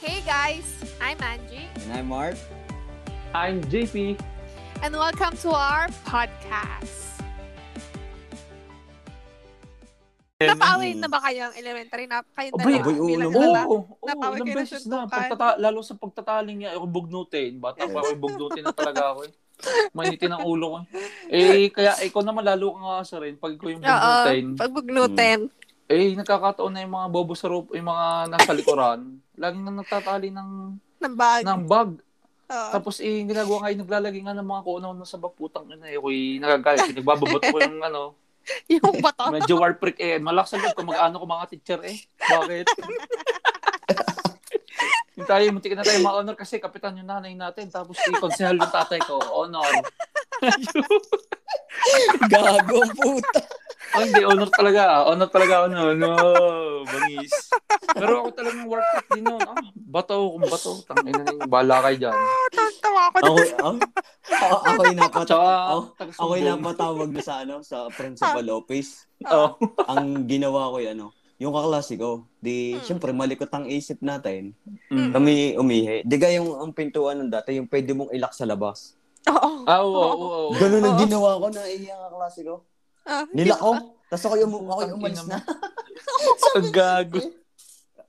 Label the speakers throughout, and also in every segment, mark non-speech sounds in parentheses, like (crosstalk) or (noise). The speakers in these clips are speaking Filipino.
Speaker 1: Hey guys, I'm Angie,
Speaker 2: And I'm Mark. (laughs)
Speaker 3: I'm JP.
Speaker 1: and welcome to our podcast. Napawin na ba kayo ang elementary na kayo dalawa
Speaker 3: Abay, abay,
Speaker 2: oo
Speaker 1: bilang
Speaker 2: naman.
Speaker 1: dalawa?
Speaker 3: Oo, oo,
Speaker 1: Napawid
Speaker 3: ilang
Speaker 1: kayo na
Speaker 3: beses na.
Speaker 1: suntukan.
Speaker 3: Pagtata- lalo sa pagtataling niya, ako bugnutin. Bata pa ako, bugnutin na talaga ako eh. Mainitin ang ulo ko. Eh, kaya ikaw naman lalo kang aasa rin pag ko yung
Speaker 1: Oo,
Speaker 3: bugnutin.
Speaker 1: pagbugnutin.
Speaker 3: Eh, nagkakataon na yung mga bobo sa rope, yung mga nasa likuran, laging na nagtatali ng,
Speaker 1: Ng bag.
Speaker 3: ng bag.
Speaker 1: Oo.
Speaker 3: Tapos eh, ginagawa kayo, naglalagay nga ng mga kuno na sa bakputang ina. Eh, ako'y nagagalit. Nagbababot ko yung ano,
Speaker 1: Yung bato.
Speaker 3: medyo warprick eh. Malakas ang loob ko mag-ano ko mga teacher eh. Bakit? yung tayo, muntik na tayo ma-honor kasi kapitan yung nanay natin. Tapos si konsehal yung tatay ko. Honor.
Speaker 2: Gago ang puta.
Speaker 3: Oh, hindi, honor talaga. Honor talaga ako no. No, bangis. Pero ako talagang workout din noon. Ah, bato, kung bato. Tangin na yung bala kayo dyan.
Speaker 1: Tawa ako.
Speaker 2: ako, ako, ako, ako yung napatawag.
Speaker 3: Tsaka,
Speaker 2: Ako, ako yung
Speaker 3: taga-sumbong.
Speaker 2: napatawag Oh, na sa ano, sa Principal Lopez.
Speaker 3: Oh.
Speaker 2: Ang ginawa ko yun, ano, yung kaklase ko, di,
Speaker 1: Hmm.
Speaker 2: syempre, malikot ang isip natin.
Speaker 3: Mm.
Speaker 2: Kami umihi. Di ga yung ang pintuan ng dati, yung pwede mong ilak sa labas.
Speaker 1: Oo.
Speaker 3: Ah, oo, oo, oo.
Speaker 2: Ganun ang
Speaker 1: Oo.
Speaker 2: ginawa ko, naiiyak ang kaklase ko.
Speaker 1: Ah,
Speaker 2: Nila ko. Tapos ako yung, ako yung umalis na.
Speaker 3: Ang gago.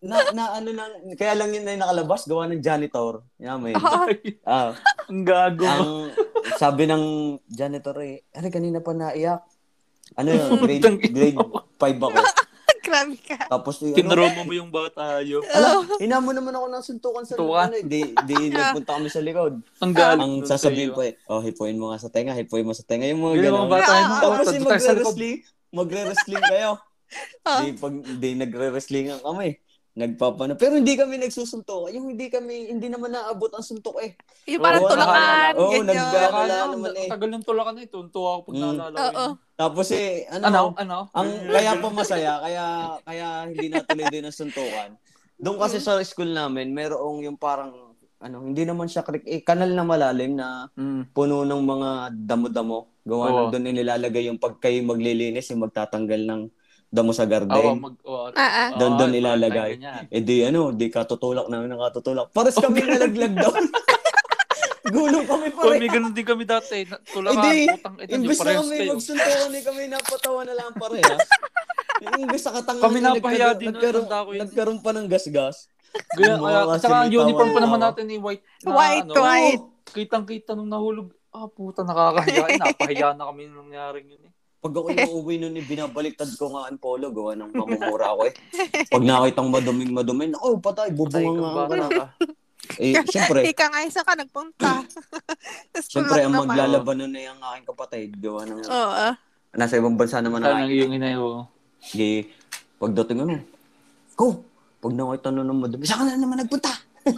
Speaker 2: na, na, ano na, kaya lang yun na yung nakalabas, gawa ng janitor. Yaman.
Speaker 3: Oh.
Speaker 1: Oo.
Speaker 2: Ah,
Speaker 3: Ang gago.
Speaker 2: ang sabi ng janitor eh, ano kanina pa naiyak? Ano
Speaker 3: (laughs)
Speaker 2: yun, grade,
Speaker 3: Putang ina.
Speaker 2: grade 5 ako.
Speaker 1: Grabe ka.
Speaker 2: Tapos yung ano,
Speaker 3: Tinroma mo yung bata yo.
Speaker 2: ala, hinamo naman ako ng suntukan sa
Speaker 3: Suntukan.
Speaker 2: likod. Di, di nagpunta kami sa likod.
Speaker 3: Ang
Speaker 2: Ang
Speaker 3: galing. nun
Speaker 2: sasabihin ko
Speaker 3: sa'yo.
Speaker 2: eh, oh, hipuin mo nga sa tenga, hipuin mo sa tenga. Yung mga
Speaker 3: Yung
Speaker 2: gano'n.
Speaker 3: mga bata,
Speaker 1: Ah,
Speaker 2: Tapos yung
Speaker 3: yung mga sa likod.
Speaker 2: magre-wrestling, magre-wrestling kayo.
Speaker 1: Oo.
Speaker 2: di, pag, di nagre-wrestling ang kamay. Nagpapano. Pero hindi kami nagsusuntok. Yung hindi kami, hindi naman naabot ang suntok eh.
Speaker 1: Yung parang
Speaker 2: Oo,
Speaker 1: tulakan.
Speaker 3: nakakaalam.
Speaker 2: Oo,
Speaker 1: ganyan.
Speaker 2: nagdaka-
Speaker 3: Akala
Speaker 2: Wala
Speaker 3: ko,
Speaker 2: naman eh.
Speaker 3: Tagal ng tulakan na ito. Tuntua ako pag
Speaker 2: Mm.
Speaker 3: naalala ko.
Speaker 1: Oo.
Speaker 3: yun.
Speaker 2: Tapos eh, ano,
Speaker 3: Ano? Ano?
Speaker 2: Ang kaya pa masaya, kaya kaya hindi natuloy din ang suntukan. Doon
Speaker 3: Mm.
Speaker 2: kasi sa school namin, merong yung parang ano, hindi naman siya creek, eh, kanal na malalim na
Speaker 3: Mm.
Speaker 2: puno ng mga damo-damo. Gawa
Speaker 3: Oo.
Speaker 2: ng doon nilalagay yung pagkay maglilinis, yung magtatanggal ng damo sa
Speaker 3: Oo,
Speaker 2: garden.
Speaker 3: mag... oo.
Speaker 1: Ah, ah.
Speaker 3: Oo,
Speaker 2: Doon- doon
Speaker 3: yung mga
Speaker 2: ilalagay.
Speaker 3: tayo ganyan.
Speaker 2: eh di ano, di katutulak namin ng katutulak. Pares
Speaker 3: (laughs)
Speaker 2: kami nalaglag doon. (laughs) Gulong kami
Speaker 3: Uy,
Speaker 2: pare. ah.
Speaker 3: may ganun din kami dati. na- Tulakan,
Speaker 2: Hindi.
Speaker 3: putang ina niyo,
Speaker 2: Imbes na
Speaker 3: parehas
Speaker 2: kami
Speaker 3: kayo.
Speaker 2: magsuntukan, eh, kami napatawa na lang parehas. Imbes sa katangan
Speaker 3: Kami napahiya din nun,
Speaker 2: nagkaroon,
Speaker 3: tanda ko yun.
Speaker 2: nagkaroon pa ng gasgas.
Speaker 3: Ganyan,
Speaker 2: Yung mga
Speaker 3: kaya-
Speaker 2: kasi
Speaker 3: Tsaka
Speaker 2: may
Speaker 3: ang uniform pa
Speaker 2: tawa-tawa.
Speaker 3: naman natin ni White. na
Speaker 1: White,
Speaker 3: ano,
Speaker 1: white.
Speaker 3: Kitang-kita nung nahulog. Ah,
Speaker 2: (laughs)
Speaker 3: puta, nakakahiya. Eh, Napahiya na kami nung nangyaring yun eh.
Speaker 2: Pag ako yung uuwi nun, eh, binabaliktad ko nga ang polo, gawa ng mamumura ako eh. Pag nakitang maduming madumi, oh, patay,
Speaker 3: Patay
Speaker 2: bubunga
Speaker 3: ka,
Speaker 2: nga ako
Speaker 3: bata
Speaker 2: na.
Speaker 3: ka.
Speaker 2: Eh, syempre,
Speaker 1: Ika nga isa ka nagpunta. (laughs) Tapos
Speaker 2: syempre,
Speaker 1: tulak
Speaker 2: ang
Speaker 1: naman.
Speaker 2: maglalaban nun ay ang aking kapatid, gawa ng,
Speaker 1: Oo. ah.
Speaker 2: nasa ibang bansa naman
Speaker 3: Saan
Speaker 2: na
Speaker 3: ang iyong inayo?
Speaker 2: Di, pagdating ano, go! Pag nakita nun ng madumi, saan ka na naman nagpunta? (laughs)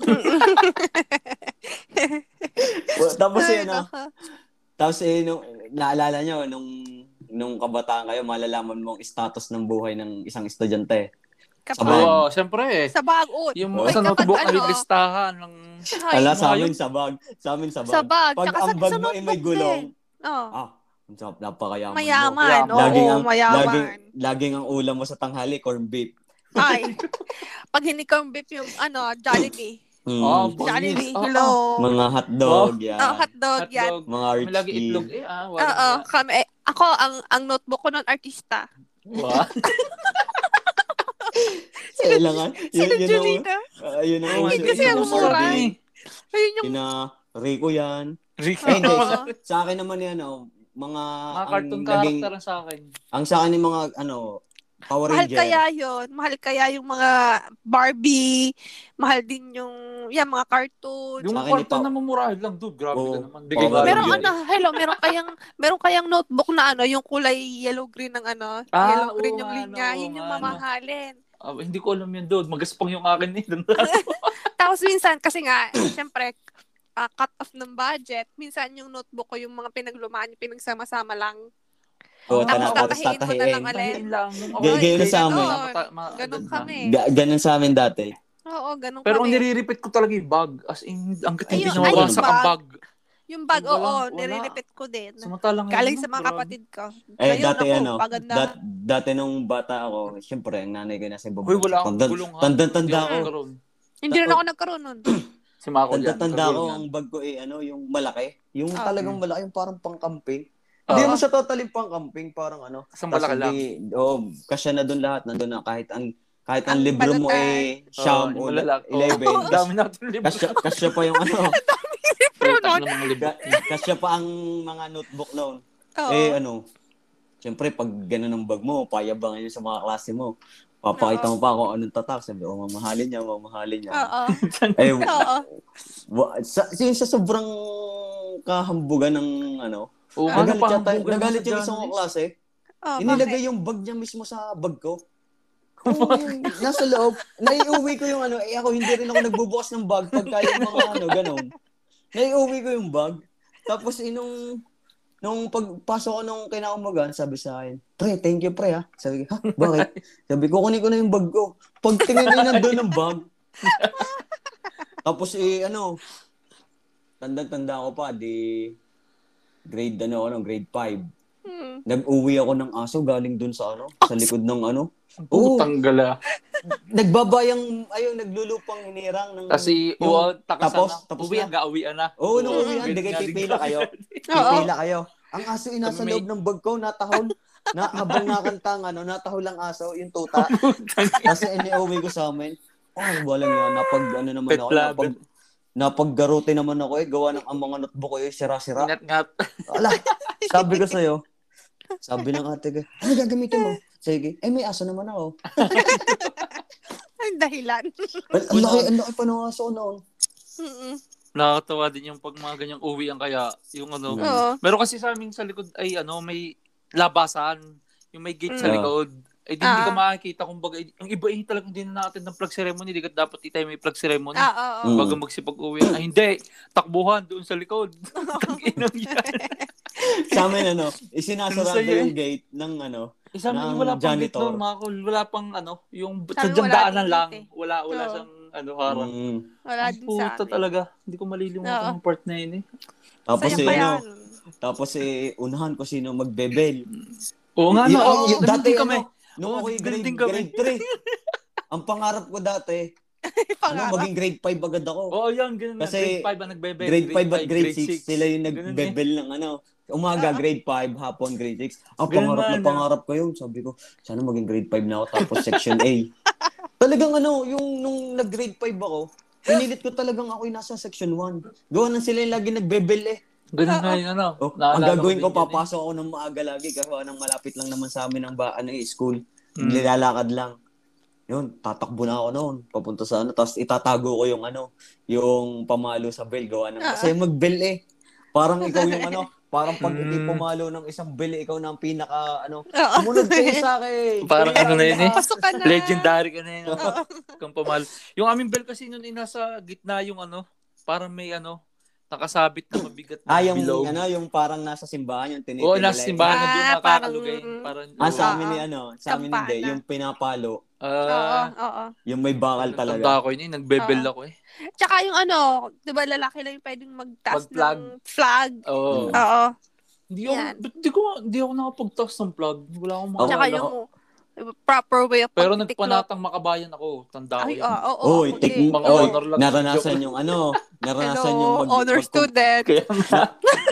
Speaker 2: Well, Tapos
Speaker 1: Ay,
Speaker 2: eh, ano,
Speaker 1: nako.
Speaker 2: Tapos eh, nung, naalala nyo, nung, nung kabataan kayo, malalaman mo ang status ng buhay ng isang estudyante.
Speaker 1: Kapag
Speaker 2: Sabag.
Speaker 3: Oo, syempre eh.
Speaker 1: sa bagot.
Speaker 3: Yung
Speaker 2: Oo.
Speaker 1: Ay, kapag
Speaker 3: sa notebook na
Speaker 1: ano?
Speaker 3: listahan ng...
Speaker 2: Ala,
Speaker 3: yung
Speaker 2: sa
Speaker 3: mga
Speaker 2: amin sabag. Sa amin sabag.
Speaker 1: Sa bag.
Speaker 2: Pag
Speaker 1: Tsaka
Speaker 2: ang
Speaker 1: sa-
Speaker 2: bag
Speaker 1: sa
Speaker 2: mo ay may
Speaker 1: notebook
Speaker 2: gulong,
Speaker 1: Oo.
Speaker 2: ah, ang sarap, napakayaman mo.
Speaker 1: Mayaman.
Speaker 3: Yaman.
Speaker 1: Oo,
Speaker 2: Laging ang,
Speaker 1: mayaman.
Speaker 2: Laging, laging ang ulam mo sa tanghali, corn beef.
Speaker 1: Ay. (laughs) Pag hindi kang beef yung ano, Jollibee.
Speaker 2: Mm.
Speaker 3: Oh,
Speaker 1: Jollibee,
Speaker 3: Oo.
Speaker 1: hello.
Speaker 2: mga hotdog, yan.
Speaker 1: Oh, hotdog yan.
Speaker 3: Hotdog.
Speaker 2: mga
Speaker 3: May
Speaker 2: rich
Speaker 3: lagi
Speaker 2: tea.
Speaker 1: (laughs)
Speaker 3: itlog eh. Ah, wala.
Speaker 1: Oo, kami. eh, ako, ang ang notebook ko nun, artista.
Speaker 3: Wala.
Speaker 2: Kailangan. Yun,
Speaker 1: Sino
Speaker 2: yun, ang-
Speaker 1: Julina?
Speaker 2: ah, yun ang
Speaker 3: Oo,
Speaker 2: uso.
Speaker 1: kasi ang mura eh.
Speaker 2: sinasabi
Speaker 1: Ayun yung...
Speaker 2: Kina Rico yan.
Speaker 3: Rico.
Speaker 2: Ay, hindi.
Speaker 1: Oo.
Speaker 2: Sa, sa akin naman yan, oh, mga,
Speaker 3: Mga
Speaker 2: ang
Speaker 3: Ah, cartoon
Speaker 2: naging,
Speaker 3: character ang sa akin.
Speaker 2: ang sa akin yung mga, ano, Power
Speaker 1: Mahal
Speaker 2: Ranger.
Speaker 1: kaya yon Mahal kaya yung mga Barbie? Mahal din yung... Yan, mga cartoon?
Speaker 2: Sa
Speaker 3: Yung
Speaker 2: akin,
Speaker 3: cartoon
Speaker 2: ito-
Speaker 3: na mamurahin lang, dude. Grabe
Speaker 2: Oo.
Speaker 3: ka naman. Bigay
Speaker 2: Oo.
Speaker 3: ka
Speaker 1: Meron
Speaker 2: yun.
Speaker 3: lang
Speaker 1: ano, hello, meron kayang meron kayang notebook na ano, yung kulay yellow green ng ano,
Speaker 3: Ah,
Speaker 1: yellow green
Speaker 3: oo
Speaker 1: yung
Speaker 3: nga,
Speaker 1: linya,
Speaker 3: oo
Speaker 1: yun yung
Speaker 3: nga, ano.
Speaker 1: mamahalin.
Speaker 3: yan. Ah, hindi ko alam yun, dude. Magaspang yung akin (laughs) eh.
Speaker 1: Tapos minsan kasi nga, syempre ah, cut off ng budget, minsan yung notebook ko yung mga pinaglumaan, yung pinagsama-sama lang.
Speaker 2: Oo,
Speaker 1: Tapos
Speaker 2: tana- tapos
Speaker 1: tatahiin mo na lang ano
Speaker 2: tatahiin.
Speaker 1: ulit.
Speaker 3: Tahiin lang.
Speaker 2: Gay- gay na sa amin.
Speaker 1: eh. Ganun kami.
Speaker 2: Ga- Ah, ganun sa amin dati. Eh,
Speaker 1: Oo, ganun
Speaker 3: Pero ang
Speaker 1: kami.
Speaker 3: nire-repeat ko talaga yung bag. As in, ang hindi
Speaker 1: Ayun,
Speaker 3: na mawasak
Speaker 2: ayun,
Speaker 1: bag.
Speaker 3: ang bag.
Speaker 1: Yung bag,
Speaker 3: Wala,
Speaker 1: oo,
Speaker 3: wala.
Speaker 1: nire-repeat ko din.
Speaker 3: Samantalang
Speaker 1: Galing
Speaker 3: yun,
Speaker 1: sa mga
Speaker 3: grabe.
Speaker 1: kapatid ko.
Speaker 2: Eh,
Speaker 1: Ngayon
Speaker 2: dati
Speaker 1: ako,
Speaker 2: ano,
Speaker 1: paganda.
Speaker 2: dat, dati nung bata ako, syempre, ang nanay ko nasa ibang
Speaker 3: Uy, wala akong
Speaker 2: Tanda,
Speaker 3: gulong ah. ha.
Speaker 2: tanda, tanda
Speaker 3: Hindi
Speaker 2: ako.
Speaker 3: nagkaroon.
Speaker 1: Hindi rin ako nagkaroon
Speaker 2: (coughs)
Speaker 1: nun.
Speaker 3: Si Mako dyan.
Speaker 2: Tanda-tanda
Speaker 3: Sabihin
Speaker 2: ko
Speaker 3: yan.
Speaker 2: ang bag ko eh, ano, yung malaki. Yung
Speaker 1: Ah.
Speaker 2: talagang malaki, yung parang pang-camping.
Speaker 3: Ah,
Speaker 2: Hindi naman sa totally pang-camping, parang ano.
Speaker 3: Isang malaki lang.
Speaker 2: Oh, kasya na doon lahat, nandun na kahit ang kahit
Speaker 1: Ang
Speaker 2: ang libro mo
Speaker 1: balatan.
Speaker 2: eh, siyam o
Speaker 3: Oo, malalaki. Oo.
Speaker 2: 11.
Speaker 3: Oh, Ang dami natin libro.
Speaker 2: Kasya, kasya pa yung ano,
Speaker 1: Pero
Speaker 3: Putak
Speaker 1: nun,
Speaker 3: ng mga libro.
Speaker 2: ka- kasya pa ang mga notebook noon.
Speaker 1: oo.
Speaker 2: Eh ano, siyempre pag ganun ang bag mo, payabangan yun sa mga klase mo. Papakita mo pa kung anong tatak. Sabi, oh, mamahalin niya, mamahalin niya.
Speaker 1: Oo.
Speaker 2: (laughs) Eh,
Speaker 1: Oo.
Speaker 2: wa- sa, yun sa sobrang kahambugan ng ano,
Speaker 3: Oo, ano
Speaker 2: nagalit
Speaker 3: pa
Speaker 2: yata,
Speaker 3: ang bugan
Speaker 2: nagalit
Speaker 3: sa
Speaker 2: yung
Speaker 3: dyan?
Speaker 2: isang klase.
Speaker 1: Oo, Ah, bakit?
Speaker 2: Inilagay yung bag niya mismo sa bag ko. Oo, nasa loob. Naiuwi ko yung ano, eh ako hindi rin ako nagbubukas ng bag pagka yung mga ano, ganun. Naiuwi ko yung bag. Tapos inong nung pagpasok ko nung kinaumagan, sabi sa akin, pre, thank you pre ha. Sabi ko, ha, bakit? Sabi ko, kunin ko na yung bag ko. Pagtingin na yun, nandun ang bag. Tapos eh, ano, tanda-tanda ko pa, di grade ano, ano, grade 5.
Speaker 1: Hmm.
Speaker 2: Nag-uwi ako ng aso galing dun sa ano, sa likod ng ano. Oo,
Speaker 3: Putang gala.
Speaker 2: nagbabayang, ayun, naglulupang hinirang ng...
Speaker 3: Kasi,
Speaker 2: Yung-
Speaker 3: oo, takasan
Speaker 2: tapos,
Speaker 3: na.
Speaker 2: tapos
Speaker 3: Uwi,
Speaker 2: na.
Speaker 3: ang gauwian na.
Speaker 2: Oo, nung
Speaker 1: Mm.
Speaker 2: uwian, di kayo
Speaker 3: Nga, di
Speaker 2: pipila
Speaker 3: ka-
Speaker 2: kayo.
Speaker 1: Oo. (laughs)
Speaker 2: Pipila kayo. Ang aso yung nasa
Speaker 3: Kami-
Speaker 2: loob ng bag ko, natahol. Na, habang nakanta ang ano, natahol ang aso, yung tuta. Kasi iniuwi ko sa amin. Oh, wala nga, napag, ano naman
Speaker 3: Pet
Speaker 2: ako,
Speaker 3: lab.
Speaker 2: napag, napaggarote naman ako eh. Gawa ng ang mga notebook ko eh,
Speaker 3: (laughs)
Speaker 2: sira-sira.
Speaker 3: Ngat-ngat.
Speaker 2: Ala, sabi ko sa'yo. Sabi ng ate ko, ano gagamitin mo? Sige, eh may aso naman ako.
Speaker 1: Ang dahilan. (laughs)
Speaker 2: Well, ang laki, ang laki pa ng aso ko noon.
Speaker 1: Mm-mm.
Speaker 3: Nakakatawa din yung pag mga ganyang uwi ang kaya. Yung ano.
Speaker 2: Mm.
Speaker 1: Oo.
Speaker 3: Meron kasi sa amin sa likod ay ano, may labasan. Yung may gate sa
Speaker 2: Mm.
Speaker 3: likod. Ay, di, hindi
Speaker 1: Ah.
Speaker 3: ka makakita. Kumbaga, eh, ang iba eh, talagang din natin ng plug ceremony. Di ka dapat di tayo may plug ceremony.
Speaker 1: Ah, Oo.
Speaker 2: Mm.
Speaker 3: Bago magsipag uwi. Ay, hindi. Takbuhan doon sa likod.
Speaker 1: (laughs)
Speaker 3: Ang inang yan.
Speaker 2: Sa amin, ano, isinasarado
Speaker 3: Ang saya
Speaker 2: yung gate ng, ano,
Speaker 3: Isa
Speaker 2: Ng
Speaker 3: amin, wala pang gate
Speaker 2: janitor.
Speaker 3: doon, mga kol. Wala pang ano. Yung
Speaker 1: Sa amin,
Speaker 3: sadyang
Speaker 1: wala
Speaker 3: daanan
Speaker 1: din
Speaker 3: lang.
Speaker 1: gate eh.
Speaker 3: Wala, wala
Speaker 1: Oo.
Speaker 3: siyang ano, harang.
Speaker 2: mm,
Speaker 1: Wala
Speaker 3: Ang
Speaker 1: din sa
Speaker 3: puta
Speaker 1: amin.
Speaker 3: talaga. Hindi ko malilimutan
Speaker 1: Oo.
Speaker 3: ang part na yun eh.
Speaker 2: tapos
Speaker 1: Sayang
Speaker 2: eh,
Speaker 1: pa
Speaker 2: ano,
Speaker 1: yan. (laughs)
Speaker 2: tapos eh, unahan ko sino magbebel.
Speaker 3: Oo nga, no.
Speaker 2: Yung-
Speaker 3: Oo,
Speaker 2: yung dati,
Speaker 3: dati kami.
Speaker 2: ano, nung
Speaker 3: Oo,
Speaker 2: ako'y grade,
Speaker 3: ganun Oh, din kami.
Speaker 2: grade 3. ang pangarap ko dati, ano,
Speaker 1: Pangarap.
Speaker 2: maging grade 5 agad ako.
Speaker 3: Oo, yan. Ganun na.
Speaker 2: Kasi
Speaker 3: Grade 5 ang nagbebe.
Speaker 2: grade 5 at
Speaker 3: five,
Speaker 2: grade 6,
Speaker 3: six.
Speaker 2: sila yung
Speaker 3: Ganun eh. Ah.
Speaker 2: nagbebel ng ano. Umaga, grade 5, hapon, grade 6. Ang
Speaker 3: Ganun
Speaker 2: pangarap na
Speaker 3: nga, no?
Speaker 2: pangarap ko yun. Sabi ko, sana maging grade 5 na ako, tapos section
Speaker 3: (laughs)
Speaker 2: A. Talagang ano, yung nung nag-grade 5 ako, pinilit ko talagang ako yung nasa section 1. Gawa na sila yung lagi nagbebel eh.
Speaker 3: Ganun nga yun, ano.
Speaker 2: Oh, ang
Speaker 3: Naalala
Speaker 2: gagawin ko,
Speaker 3: din yun eh.
Speaker 2: papasok ako ng maaga lagi kasi nang malapit lang naman sa amin ang ba, ano, eh, school.
Speaker 3: Mm.
Speaker 2: Nilalakad lang. Yun, tatakbo na ako noon, papunta sa ano, tapos itatago ko yung ano, yung pamalo sa bell, gawa ng,
Speaker 1: Ah.
Speaker 2: kasi mag-bell eh. Parang ikaw yung
Speaker 3: (laughs)
Speaker 2: ano, parang pag
Speaker 3: Mm.
Speaker 2: hindi pumalo ng isang bell, eh, ikaw na ang pinaka, ano,
Speaker 1: Oo. (laughs)
Speaker 3: Ah,
Speaker 2: sumunod kayo sa akin.
Speaker 3: Parang ano na yun eh.
Speaker 1: Pasok ka na.
Speaker 3: Legendary ka na yun.
Speaker 1: (laughs)
Speaker 3: ano. Kang pamahal. Yung aming bell kasi nun, eh, nasa gitna yung ano. Parang may ano. Nakasabit na mabigat na
Speaker 2: Ah, yung,
Speaker 3: bilog.
Speaker 2: ano, yung parang nasa simbahan, yung tinitin
Speaker 3: Oo, nasa simbahan na doon
Speaker 1: Ah, parang-
Speaker 3: nakakalugay. Parang,
Speaker 2: Ah, sa
Speaker 1: Oo.
Speaker 2: amin ni ano, sa amin hindi,
Speaker 1: Kampana.
Speaker 2: yung pinapalo,
Speaker 1: Oo,
Speaker 3: Ah,
Speaker 1: oo.
Speaker 2: yung may bakal talaga.
Speaker 3: Tanda ko yun eh. Nagbebel
Speaker 1: Oo.
Speaker 3: ako eh.
Speaker 1: Tsaka yung ano, di ba lalaki lang yung pwedeng magtaas
Speaker 3: Mag-flag.
Speaker 1: ng flag.
Speaker 3: Oo.
Speaker 2: Mm.
Speaker 1: Oo.
Speaker 3: Ah, Hindi ako,
Speaker 1: Yan.
Speaker 3: ba't di ko, di ako nakapagtas ng plug. Wala akong
Speaker 2: Oo, ano?
Speaker 1: Tsaka
Speaker 3: maalala ko.
Speaker 1: yung proper way of
Speaker 3: Pero
Speaker 1: pagtiklop.
Speaker 3: nagpanatang makabayan ako. Tanda ko
Speaker 1: Ay, ah.
Speaker 3: yun.
Speaker 1: oo, oo.
Speaker 2: (laughs)
Speaker 1: oo,
Speaker 2: Oy,
Speaker 1: ako
Speaker 2: tek-
Speaker 1: din.
Speaker 3: Mga
Speaker 2: oy,
Speaker 3: honor lang.
Speaker 2: naranasan yung ano, eh, naranasan
Speaker 1: Hello,
Speaker 2: yung
Speaker 1: honor
Speaker 2: (laughs)
Speaker 1: student.
Speaker 3: Kaya nga.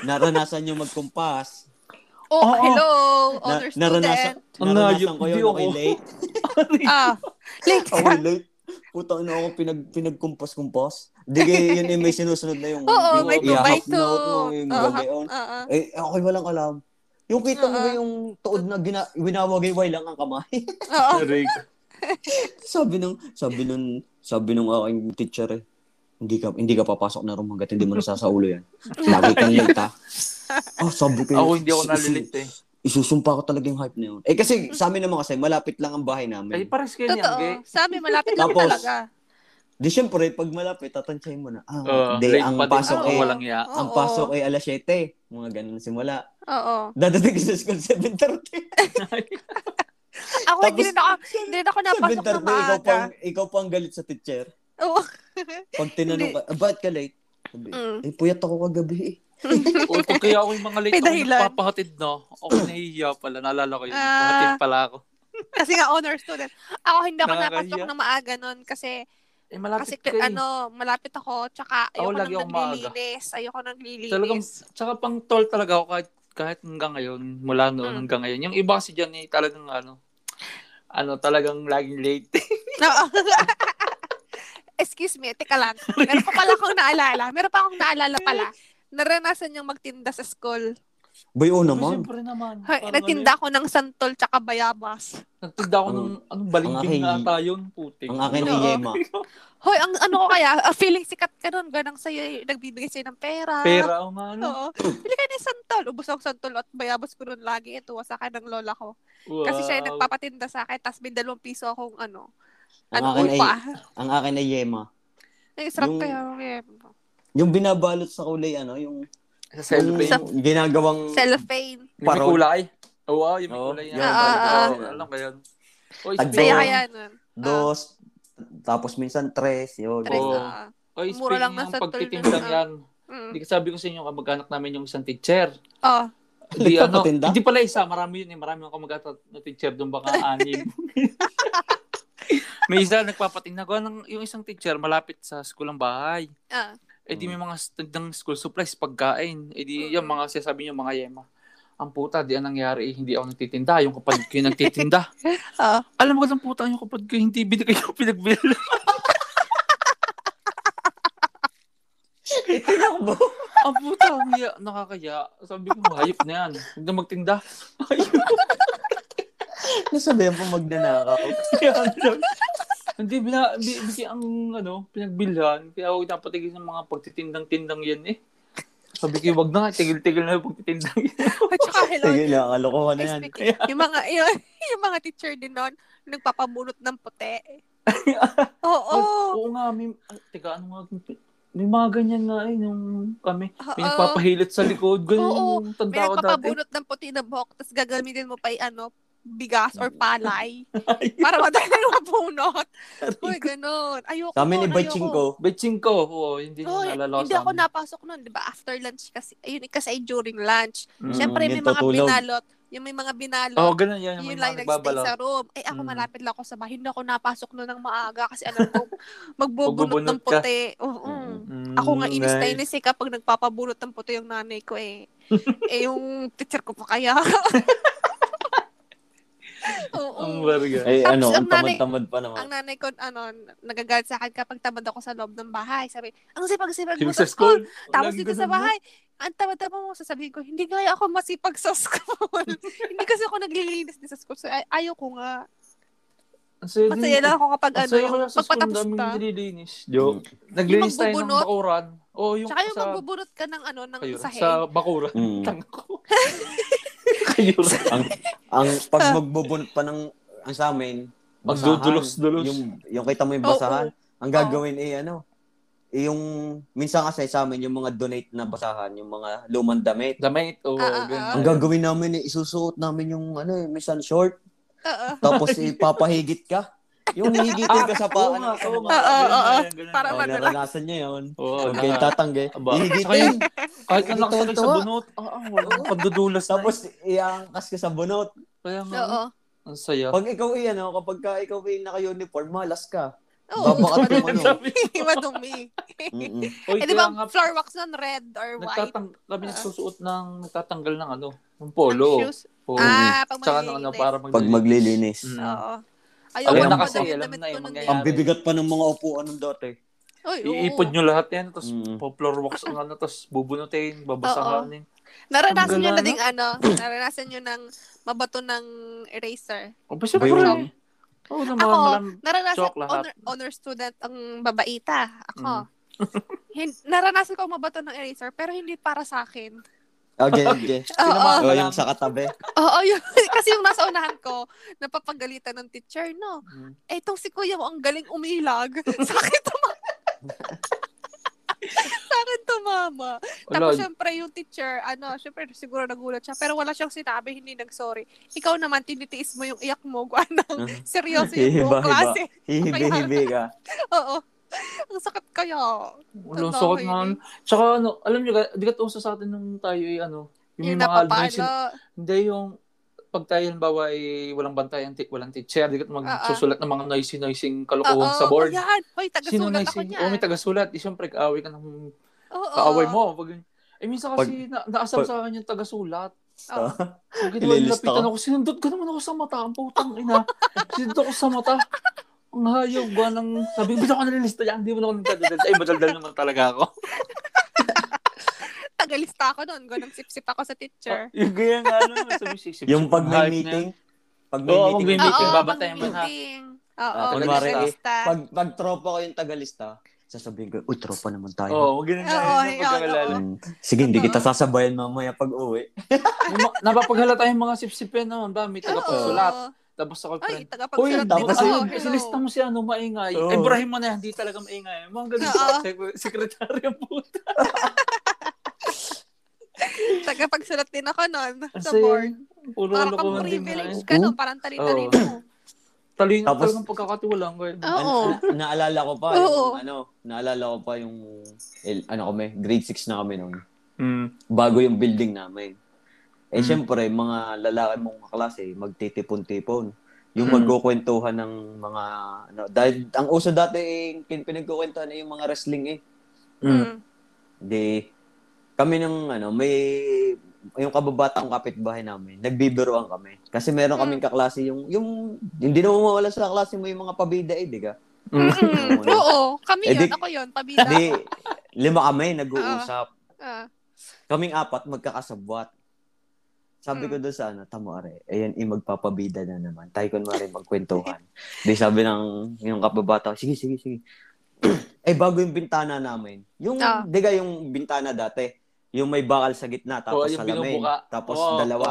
Speaker 2: naranasan yung magkumpas.
Speaker 1: Oh,
Speaker 3: Oo.
Speaker 1: hello,
Speaker 2: Na,
Speaker 1: honor student.
Speaker 2: naranasan, naranasan
Speaker 3: Ang
Speaker 2: ko yun,
Speaker 3: layo,
Speaker 2: ako'y
Speaker 3: hindi
Speaker 2: late.
Speaker 1: Ah, late
Speaker 2: (laughs) Ako'y
Speaker 1: ka.
Speaker 2: late. Puta na ako, pinag, pinagkumpas-kumpas. Di kaya yun eh, may sinusunod na
Speaker 1: (laughs)
Speaker 2: yung,
Speaker 1: Oo,
Speaker 2: yung
Speaker 1: may two
Speaker 2: ihahap
Speaker 1: by
Speaker 2: na
Speaker 1: two.
Speaker 2: ako, yung
Speaker 1: Oo,
Speaker 2: gagayon.
Speaker 1: oo.
Speaker 2: Eh, ako'y walang alam. Yung kita mo
Speaker 1: Oo.
Speaker 2: ba yung tuod na gina, winawagayway lang ang kamay.
Speaker 1: Oo.
Speaker 3: Rick.
Speaker 2: sabi nung, sabi nung, sabi nung aking teacher eh, hindi ka hindi ka papasok na room hangga't hindi mo nasasaulo yan. Lagi kang late
Speaker 3: (laughs)
Speaker 2: ah. Oh, sabi ko.
Speaker 3: Ako hindi ako nalilit eh.
Speaker 2: isusumpa ko talaga yung hype na yun. Eh kasi sa amin naman kasi malapit lang ang bahay
Speaker 3: Ay,
Speaker 2: namin.
Speaker 3: pares kayo niyang gay.
Speaker 1: Totoo. Sa amin, malapit lang
Speaker 2: Tapos,
Speaker 1: talaga.
Speaker 2: Di syempre, pag malapit, tatansyahin mo na. Ah,
Speaker 3: Oo,
Speaker 2: di,
Speaker 3: late
Speaker 2: ang
Speaker 3: pa din Ah,
Speaker 2: pasok
Speaker 3: ako,
Speaker 2: eh,
Speaker 3: walang iya.
Speaker 1: Oo.
Speaker 2: ang pasok ay alas 7. Mga ganun simula.
Speaker 1: Oo.
Speaker 2: Dadating ka sa school 7.30.
Speaker 1: Ako, hindi
Speaker 2: Tapos-
Speaker 1: rin ako, hindi rin ako (laughs) napasok na
Speaker 2: 7.30, ikaw
Speaker 1: maaga.
Speaker 2: pang, ikaw pang galit sa teacher.
Speaker 1: Oo.
Speaker 2: Pag tinanong
Speaker 1: Hindi.
Speaker 2: ka, ah, bakit ka late? Sabi,
Speaker 1: Mm.
Speaker 2: eh, puyat ako kagabi eh.
Speaker 3: (laughs) O, pag kaya ako yung mga late
Speaker 1: May
Speaker 3: ako
Speaker 1: dahilan.
Speaker 3: nagpapahatid no,
Speaker 2: (laughs)
Speaker 3: ako nahihiya pala. Naalala ko yun.
Speaker 1: Ah.
Speaker 3: Nagpahatid pala ako.
Speaker 1: Kasi nga honor student. Ako hindi ako
Speaker 3: Nakakahiya.
Speaker 1: napasok na maaga nun kasi
Speaker 3: Eh, malapit
Speaker 1: Kasi
Speaker 3: ka eh.
Speaker 1: ano, malapit ako, tsaka ayoko
Speaker 3: Ako lagi ako
Speaker 1: nang
Speaker 3: maaga.
Speaker 1: naglilinis. Ayoko nang naglilinis.
Speaker 3: Talagang, tsaka pang tall talaga ako kahit, kahit hanggang ngayon, mula noon
Speaker 1: Mm.
Speaker 3: hanggang ngayon. Yung iba kasi dyan eh, talagang ano, ano, talagang laging late.
Speaker 1: (laughs) Oo. (laughs) Excuse me, teka
Speaker 3: (laughs)
Speaker 1: lang. Meron pa pala akong naalala. Meron pa akong naalala pala. Naranasan yung magtinda sa school.
Speaker 2: Boy,
Speaker 1: Ano
Speaker 2: oh naman.
Speaker 3: Siyempre naman.
Speaker 1: Hoy,
Speaker 3: Parang
Speaker 1: natinda ko ng santol tsaka bayabas.
Speaker 3: ano eh, Nagtinda ako ng, anong
Speaker 2: Ang
Speaker 3: balimbing na
Speaker 2: aking-
Speaker 3: tayo, putik.
Speaker 2: Ang akin ay
Speaker 1: Oo.
Speaker 2: yema.
Speaker 1: Hoy, ang ano ko kaya, ah, feeling sikat ka nun. Ganang sa'yo, eh, nagbibigay sa'yo ng pera.
Speaker 3: Pera, ang
Speaker 1: Oo.
Speaker 3: ano.
Speaker 1: Pili ka ng santol. Ubus ang santol at bayabas ko nun lagi. Ito, sa akin ng lola ko. Oh, Kasi siya yung
Speaker 3: Wow.
Speaker 1: nagpapatinda sa akin. Tapos may dalawang piso akong ano.
Speaker 2: Ang
Speaker 1: Ano,
Speaker 2: akin ay-
Speaker 1: upa.
Speaker 2: Ang akin ay yema.
Speaker 1: Ay, sarap
Speaker 2: yung-
Speaker 1: kaya. eh.
Speaker 2: Yung binabalot sa kulay, ano, yung,
Speaker 3: Sa
Speaker 2: yung
Speaker 3: cellphone.
Speaker 1: Sa-
Speaker 2: ginagawang...
Speaker 1: Cellophane.
Speaker 3: Yung may
Speaker 2: Parol.
Speaker 3: kulay. Oo, yung may
Speaker 2: Oo,
Speaker 3: kulay.
Speaker 2: yun,
Speaker 3: na-
Speaker 1: parol.
Speaker 3: Oo,
Speaker 1: Oo,
Speaker 2: oo.
Speaker 3: Alam ko yun. Oy,
Speaker 2: Tagbo.
Speaker 3: speaking-
Speaker 1: Saya kaya nun.
Speaker 2: dos, tapos minsan tres,
Speaker 1: Ah.
Speaker 2: yun.
Speaker 1: Tres,
Speaker 3: Oo.
Speaker 1: oo.
Speaker 3: oy,
Speaker 1: Mura lang na
Speaker 3: speaking ng
Speaker 1: sa tulog
Speaker 3: pagtitindang
Speaker 1: na-
Speaker 3: yan.
Speaker 1: Mm.
Speaker 3: Hindi ko sabi ko sa inyo, kamag-anak namin yung isang teacher.
Speaker 1: Oh.
Speaker 3: Hindi, ano,
Speaker 2: Nagpapatinda?
Speaker 3: hindi pala isa, marami yun eh. Marami akong kamag na teacher doon, (laughs) baka anim. may isa nagpapatinda ko. Anong, yung isang teacher, malapit sa school ang bahay.
Speaker 1: Ah.
Speaker 3: Eh di may mga standang school supplies, pagkain. Eh di yung mga sinasabi niyo, mga yema. Ang puta, di ang nangyari, eh, hindi ako nagtitinda. Yung kapatid ko yung (laughs) nagtitinda.
Speaker 2: (laughs)
Speaker 1: Ah.
Speaker 3: Alam mo ko lang puta, yung kapatid ko hindi binigay (laughs) yung pinagbili.
Speaker 2: Tinakbo.
Speaker 3: ang puta, ang hiya, nakakaya. Sabi ko, hayop na yan. Huwag na magtinda.
Speaker 2: Nasabihan po
Speaker 1: (laughs)
Speaker 2: magnanakaw.
Speaker 3: ano, Hindi, bila, bi, bigyan ang ano, pinagbilhan. Kaya huwag na patigil ng mga pagtitindang-tindang yan eh. Sabi ko, wag na nga, tigil-tigil na yung pagtitindang
Speaker 1: (laughs)
Speaker 3: yan.
Speaker 1: At saka, hello.
Speaker 2: Sige lang, kalokohan na
Speaker 1: Ay,
Speaker 2: yan.
Speaker 1: speaking- yung mga (laughs) yung, yung mga teacher din noon, nagpapabulot ng
Speaker 2: (laughs)
Speaker 1: puti. Oo.
Speaker 3: Oo nga, may, ah, teka, ano nga, may mga ganyan nga eh, nung kami,
Speaker 1: Oo.
Speaker 3: may nagpapahilot sa likod, ganun
Speaker 1: Ah, Oo.
Speaker 3: yung
Speaker 1: May
Speaker 3: tanda ko dati.
Speaker 1: nagpapabulot ng puti na buhok, tapos gagamitin mo pa yung ano, bigas or
Speaker 2: (laughs)
Speaker 1: palay para madaling mabunot. Uy, ganun. Ayoko
Speaker 2: Sa amin
Speaker 1: nun,
Speaker 2: ni Baching
Speaker 1: ayoko.
Speaker 2: ko.
Speaker 3: Betching ko, oo, hindi ko
Speaker 1: Hoy,
Speaker 3: naalala ko
Speaker 1: hindi
Speaker 3: sa
Speaker 1: ako
Speaker 3: amin.
Speaker 1: napasok nun, di ba? After lunch kasi, ayun kasi during lunch.
Speaker 3: Mm.
Speaker 1: Siyempre, may
Speaker 2: yun
Speaker 1: mga
Speaker 2: tutulog.
Speaker 1: binalot. Yung may mga binalot.
Speaker 3: Oo, ganun yan,
Speaker 1: yun
Speaker 3: yung may
Speaker 1: lang
Speaker 3: mga
Speaker 1: yung nagstay
Speaker 3: nagbabalaw.
Speaker 1: sa room. Eh, ako
Speaker 3: Mm.
Speaker 1: malapit lang ako sa bahay. Hindi ako napasok noon ng maaga kasi alam ko, (laughs) magbubunot
Speaker 3: Magbubunot
Speaker 1: ng
Speaker 3: ka.
Speaker 1: puti. Oo.
Speaker 3: Mm,
Speaker 1: Ako nga inis na
Speaker 3: nice.
Speaker 1: inis eh kapag nagpapabunot ng puti yung nanay ko
Speaker 3: (laughs)
Speaker 1: eh. eh, yung teacher ko pa kaya.
Speaker 3: Ang
Speaker 1: Oo.
Speaker 3: barga.
Speaker 2: Eh,
Speaker 1: Tapos
Speaker 2: ano, ang
Speaker 1: ang nanay-
Speaker 2: tamad-tamad pa
Speaker 1: Ang
Speaker 2: naman.
Speaker 1: nanay ko, ano, nagagalit sa akin kapag tamad ako sa loob ng bahay. Sabi, ang sipag-sipag mo
Speaker 3: Yung
Speaker 1: sa
Speaker 3: sa
Speaker 1: school.
Speaker 3: school.
Speaker 1: oh, Tapos
Speaker 3: lagi
Speaker 1: dito
Speaker 3: ganun
Speaker 1: sa
Speaker 3: mo.
Speaker 1: bahay, ang tama-tama mo, sasabihin ko, hindi kaya ako masipag sa (laughs) school. hindi kasi ako naglilinis din sa school. So, ay- ayaw ko nga.
Speaker 3: Ang saya din.
Speaker 1: Masaya lang ako kapag
Speaker 3: Ang
Speaker 1: ano,
Speaker 3: saya ko
Speaker 1: yung
Speaker 3: lang sa school, ang
Speaker 1: pagpatapos
Speaker 3: daming
Speaker 1: na.
Speaker 3: nililinis. Joke. Naglinis tayo ng
Speaker 1: magbubunot.
Speaker 3: bakuran. Oo, yung,
Speaker 1: Tsaka yung
Speaker 3: sa,
Speaker 1: magbubunot ka ng ano, ng
Speaker 3: kayo,
Speaker 1: sahe.
Speaker 3: sa bakuran.
Speaker 2: Mm.
Speaker 3: Tanga
Speaker 2: (laughs)
Speaker 3: ko. kayo (laughs)
Speaker 2: ang, ang pag magbubunot pa ng ang sa amin, basahan.
Speaker 3: Magdudulos-dulos.
Speaker 2: Yung, yung kita mo yung
Speaker 1: Oo.
Speaker 2: basahan. Ang gagawin eh, ano, eh, yung, minsan kasi sa amin, yung mga donate na basahan, yung mga lumang damit.
Speaker 3: Damit. Oo,
Speaker 1: Ah, ah,
Speaker 3: ganun.
Speaker 1: ah.
Speaker 2: Ang gagawin namin eh, isusuot namin yung, ano, eh, minsan short,
Speaker 1: Oo.
Speaker 2: tapos ipapahigit ka. Yung hihigitin ka sa
Speaker 3: Oo
Speaker 2: paa.
Speaker 3: nga, oo
Speaker 2: Ano,
Speaker 3: nga.
Speaker 1: Ah, ah, ah,
Speaker 3: Ganun na yan, ganun
Speaker 1: para
Speaker 3: na.
Speaker 2: Oh,
Speaker 1: Tama na lang.
Speaker 2: naranasan niya yun.
Speaker 3: Oo,
Speaker 2: Huwag
Speaker 3: ganun.
Speaker 2: kayong tatanggi.
Speaker 3: Aba.
Speaker 2: Hihigitin.
Speaker 3: Kahit ang
Speaker 2: Hindi
Speaker 3: nakasakit sa
Speaker 2: tuwa.
Speaker 3: bunot, ah, ah, walang pandudulas na.
Speaker 2: Tapos, iangkas ka sa bunot.
Speaker 3: Kaya nga,
Speaker 1: Oo.
Speaker 3: ang saya.
Speaker 2: Pag ikaw eh, ano, kapag ka ikaw eh, naka-uniform, malas ka.
Speaker 1: Oo.
Speaker 2: Babakat mo
Speaker 1: madumi.
Speaker 3: ano.
Speaker 2: nun.
Speaker 1: (laughs) Madumi.
Speaker 2: (laughs) Mm-mm.
Speaker 3: Oy,
Speaker 1: Eh, di
Speaker 3: kaya
Speaker 1: ba,
Speaker 3: nga,
Speaker 1: floor wax nun, red or white?
Speaker 3: nagtatang, kami
Speaker 1: Ah.
Speaker 3: nagsusuot ng, nagtatanggal ng ano, ng
Speaker 1: Ng
Speaker 3: polo.
Speaker 1: shoes?
Speaker 3: Oo.
Speaker 1: Ah, pag
Speaker 3: Tsaka ng ano,
Speaker 1: malilinis.
Speaker 3: para
Speaker 2: Pag maglilinis.
Speaker 3: Mm.
Speaker 1: Oo.
Speaker 3: Alam
Speaker 1: Ayoko
Speaker 2: na
Speaker 1: na
Speaker 2: kasi,
Speaker 3: alam
Speaker 1: madami-damit
Speaker 3: na
Speaker 1: ko
Speaker 3: yung
Speaker 1: nun.
Speaker 3: mangyayari.
Speaker 2: Ang bibigat pa ng mga upuan ng dati.
Speaker 1: Uy, oo.
Speaker 3: Iipod nyo lahat yan, tapos
Speaker 2: Mm.
Speaker 3: po floor wax ang ano, tapos bubunutin, babasahanin.
Speaker 1: Naranasan
Speaker 3: Ang
Speaker 1: nyo na
Speaker 3: gala,
Speaker 1: ding
Speaker 3: (clears throat)
Speaker 1: ano, naranasan nyo ng mabato ng eraser.
Speaker 3: O, pa siyempre.
Speaker 2: Bayo lang.
Speaker 3: Oh, Oo naman,
Speaker 1: Ako,
Speaker 3: malam.
Speaker 1: naranasan,
Speaker 3: Joke lahat.
Speaker 1: honor, honor student ang babaita. Ako. (laughs) Hin- naranasan ko mabato ng eraser, pero hindi para sa akin.
Speaker 2: (laughs) Okay, okay.
Speaker 1: Oo,
Speaker 2: O, yung sa
Speaker 1: (laughs)
Speaker 2: katabi.
Speaker 1: oo, yun. kasi yung nasa unahan ko, napapagalitan ng teacher, no?
Speaker 3: Mm.
Speaker 1: Eh, itong si kuya mo, ang galing umilag. (laughs) sa akin tumama. sa akin tumama. Tapos
Speaker 3: Wala,
Speaker 1: syempre yung teacher, ano, syempre siguro nagulat siya. Pero wala siyang sinabi, hindi nag-sorry. Ikaw naman, tinitiis mo yung iyak mo. Guanang,
Speaker 2: Mhm.
Speaker 1: (laughs) seryoso yung buong
Speaker 2: Iba, iba.
Speaker 1: klase. (laughs)
Speaker 2: Hihibi-hibi ka.
Speaker 1: Oo. Ang sakit kaya.
Speaker 3: wala
Speaker 1: Totoo,
Speaker 3: sakit
Speaker 1: yun
Speaker 3: nga.
Speaker 1: eh.
Speaker 3: Tsaka ano, alam nyo, di ka uso sa atin nung tayo eh, ano, yung,
Speaker 1: Yung
Speaker 3: may mga
Speaker 1: napapalo.
Speaker 3: advice. Hindi yung, pag tayo halimbawa ay walang bantay, antik, walang teacher, di ka magsusulat ng mga noisy-noising
Speaker 1: Ah, Oo, oh,
Speaker 3: kalokohan sa board.
Speaker 1: yan. Hoy, tagasulat ako
Speaker 3: noisy?
Speaker 1: niyan.
Speaker 3: Oo, may tagasulat. Eh, siyempre, kaaway ka ng
Speaker 1: Oo, oo.
Speaker 3: kaaway mo. Pag, eh, minsan kasi na, naasam
Speaker 2: pag-
Speaker 3: sa akin yung tagasulat.
Speaker 1: Oo.
Speaker 2: Oh.
Speaker 3: Ah. Pag ginawa,
Speaker 2: Ililista
Speaker 3: lapitan
Speaker 2: ka.
Speaker 3: ako, sinundot ka naman ako sa mata. Ang putang ina. sinundot ako sa mata. Ang hayop ba ng... Sabi, ko, "Ba't ako nalilista yan. Hindi mo na ako nagdadal. Ay, madaldal naman talaga ako.
Speaker 1: Tagalista ako noon. Ganang sip-sip ako sa teacher.
Speaker 3: (laughs) yung kaya nga naman. Sabi, sip-sip.
Speaker 2: Yung pag may
Speaker 3: Hype na
Speaker 2: meeting, pag may
Speaker 3: Oo, pag may
Speaker 2: meeting,
Speaker 3: meeting,
Speaker 1: Oo,
Speaker 3: babatay Oh, mo na.
Speaker 1: pang-meeting. Oo,
Speaker 3: Ah,
Speaker 2: kunwari, ah,
Speaker 1: tagalista.
Speaker 2: pag, pag tropa ko yung tagalista, sasabihin ko, uy, tropa naman
Speaker 3: yan.
Speaker 2: tayo.
Speaker 3: Oo, oh, ganun
Speaker 1: Oo,
Speaker 3: na yun.
Speaker 1: yun,
Speaker 3: yung pagkakalala.
Speaker 2: Mm, Sige, hindi
Speaker 1: Totoo.
Speaker 2: kita sasabayan mamaya pag uwi.
Speaker 3: Yung mga- Napapaghalata yung mga sip-sipin naman ba? May tagapagsulat.
Speaker 1: Oo.
Speaker 3: Tapos
Speaker 1: Ay,
Speaker 3: ako, friend. Uy,
Speaker 1: tagapagsulat.
Speaker 3: dapat
Speaker 2: tapos
Speaker 1: din.
Speaker 3: kasi,
Speaker 1: Oo,
Speaker 2: yun,
Speaker 1: hello.
Speaker 3: silista mo si ano, maingay.
Speaker 2: Oo.
Speaker 3: Eh, Ibrahim mo na yan, hindi talaga maingay. Mga ganun.
Speaker 1: Oo.
Speaker 3: Sek- Sekretaryo po.
Speaker 1: Tagapagsulat din ako noon sa
Speaker 3: Kasi,
Speaker 1: board.
Speaker 3: Puro
Speaker 1: Parang
Speaker 3: ko
Speaker 1: kang
Speaker 3: din na.
Speaker 1: privilege
Speaker 3: eh.
Speaker 1: ka noon. Parang tali-tali
Speaker 3: Oo.
Speaker 1: mo.
Speaker 3: Taloy na
Speaker 2: Tapos-
Speaker 3: talagang pagkakatiwalaan ko. eh.
Speaker 1: Oo.
Speaker 2: An- na- naalala ko pa
Speaker 1: Oo.
Speaker 2: yung ano, naalala ko pa yung el- ano kami, grade 6 na kami noon.
Speaker 3: Mm.
Speaker 2: Bago yung building namin. Eh
Speaker 3: Mm.
Speaker 2: syempre, mga lalaki mong kaklase, magtitipon-tipon. Yung
Speaker 3: Mm.
Speaker 2: magkukwentuhan ng mga ano, dahil ang uso dati eh, kin- pinagkukwentuhan eh, yung mga wrestling eh.
Speaker 1: Mm.
Speaker 2: Di kami ng ano, may yung kababata kong kapitbahay namin, nagbibiroan kami. Kasi meron
Speaker 1: Mm.
Speaker 2: kaming kaklase yung yung hindi na mawawala sa klase mo yung mga pabida eh, di ka?
Speaker 3: Mm.
Speaker 1: Mm. Oo, kami
Speaker 2: Eh,
Speaker 1: yun.
Speaker 2: di-
Speaker 1: Ako yun. Pabida.
Speaker 2: Di, lima kami, nag-uusap.
Speaker 1: Ah.
Speaker 2: Kaming apat, magkakasabwat. Sabi ko doon sa ano, tamo are, ayan, eh, magpapabida na naman. Tayo kunwari magkwentuhan. Di sabi ng yung kababata, sige, sige, sige. (clears throat) eh, bago yung bintana namin. Yung,
Speaker 1: Ah.
Speaker 2: di ka yung bintana dati, yung may bakal sa gitna, tapos
Speaker 3: Oo, yung
Speaker 2: salamin,
Speaker 3: binubuka.
Speaker 2: tapos
Speaker 3: Oo,
Speaker 2: dalawa.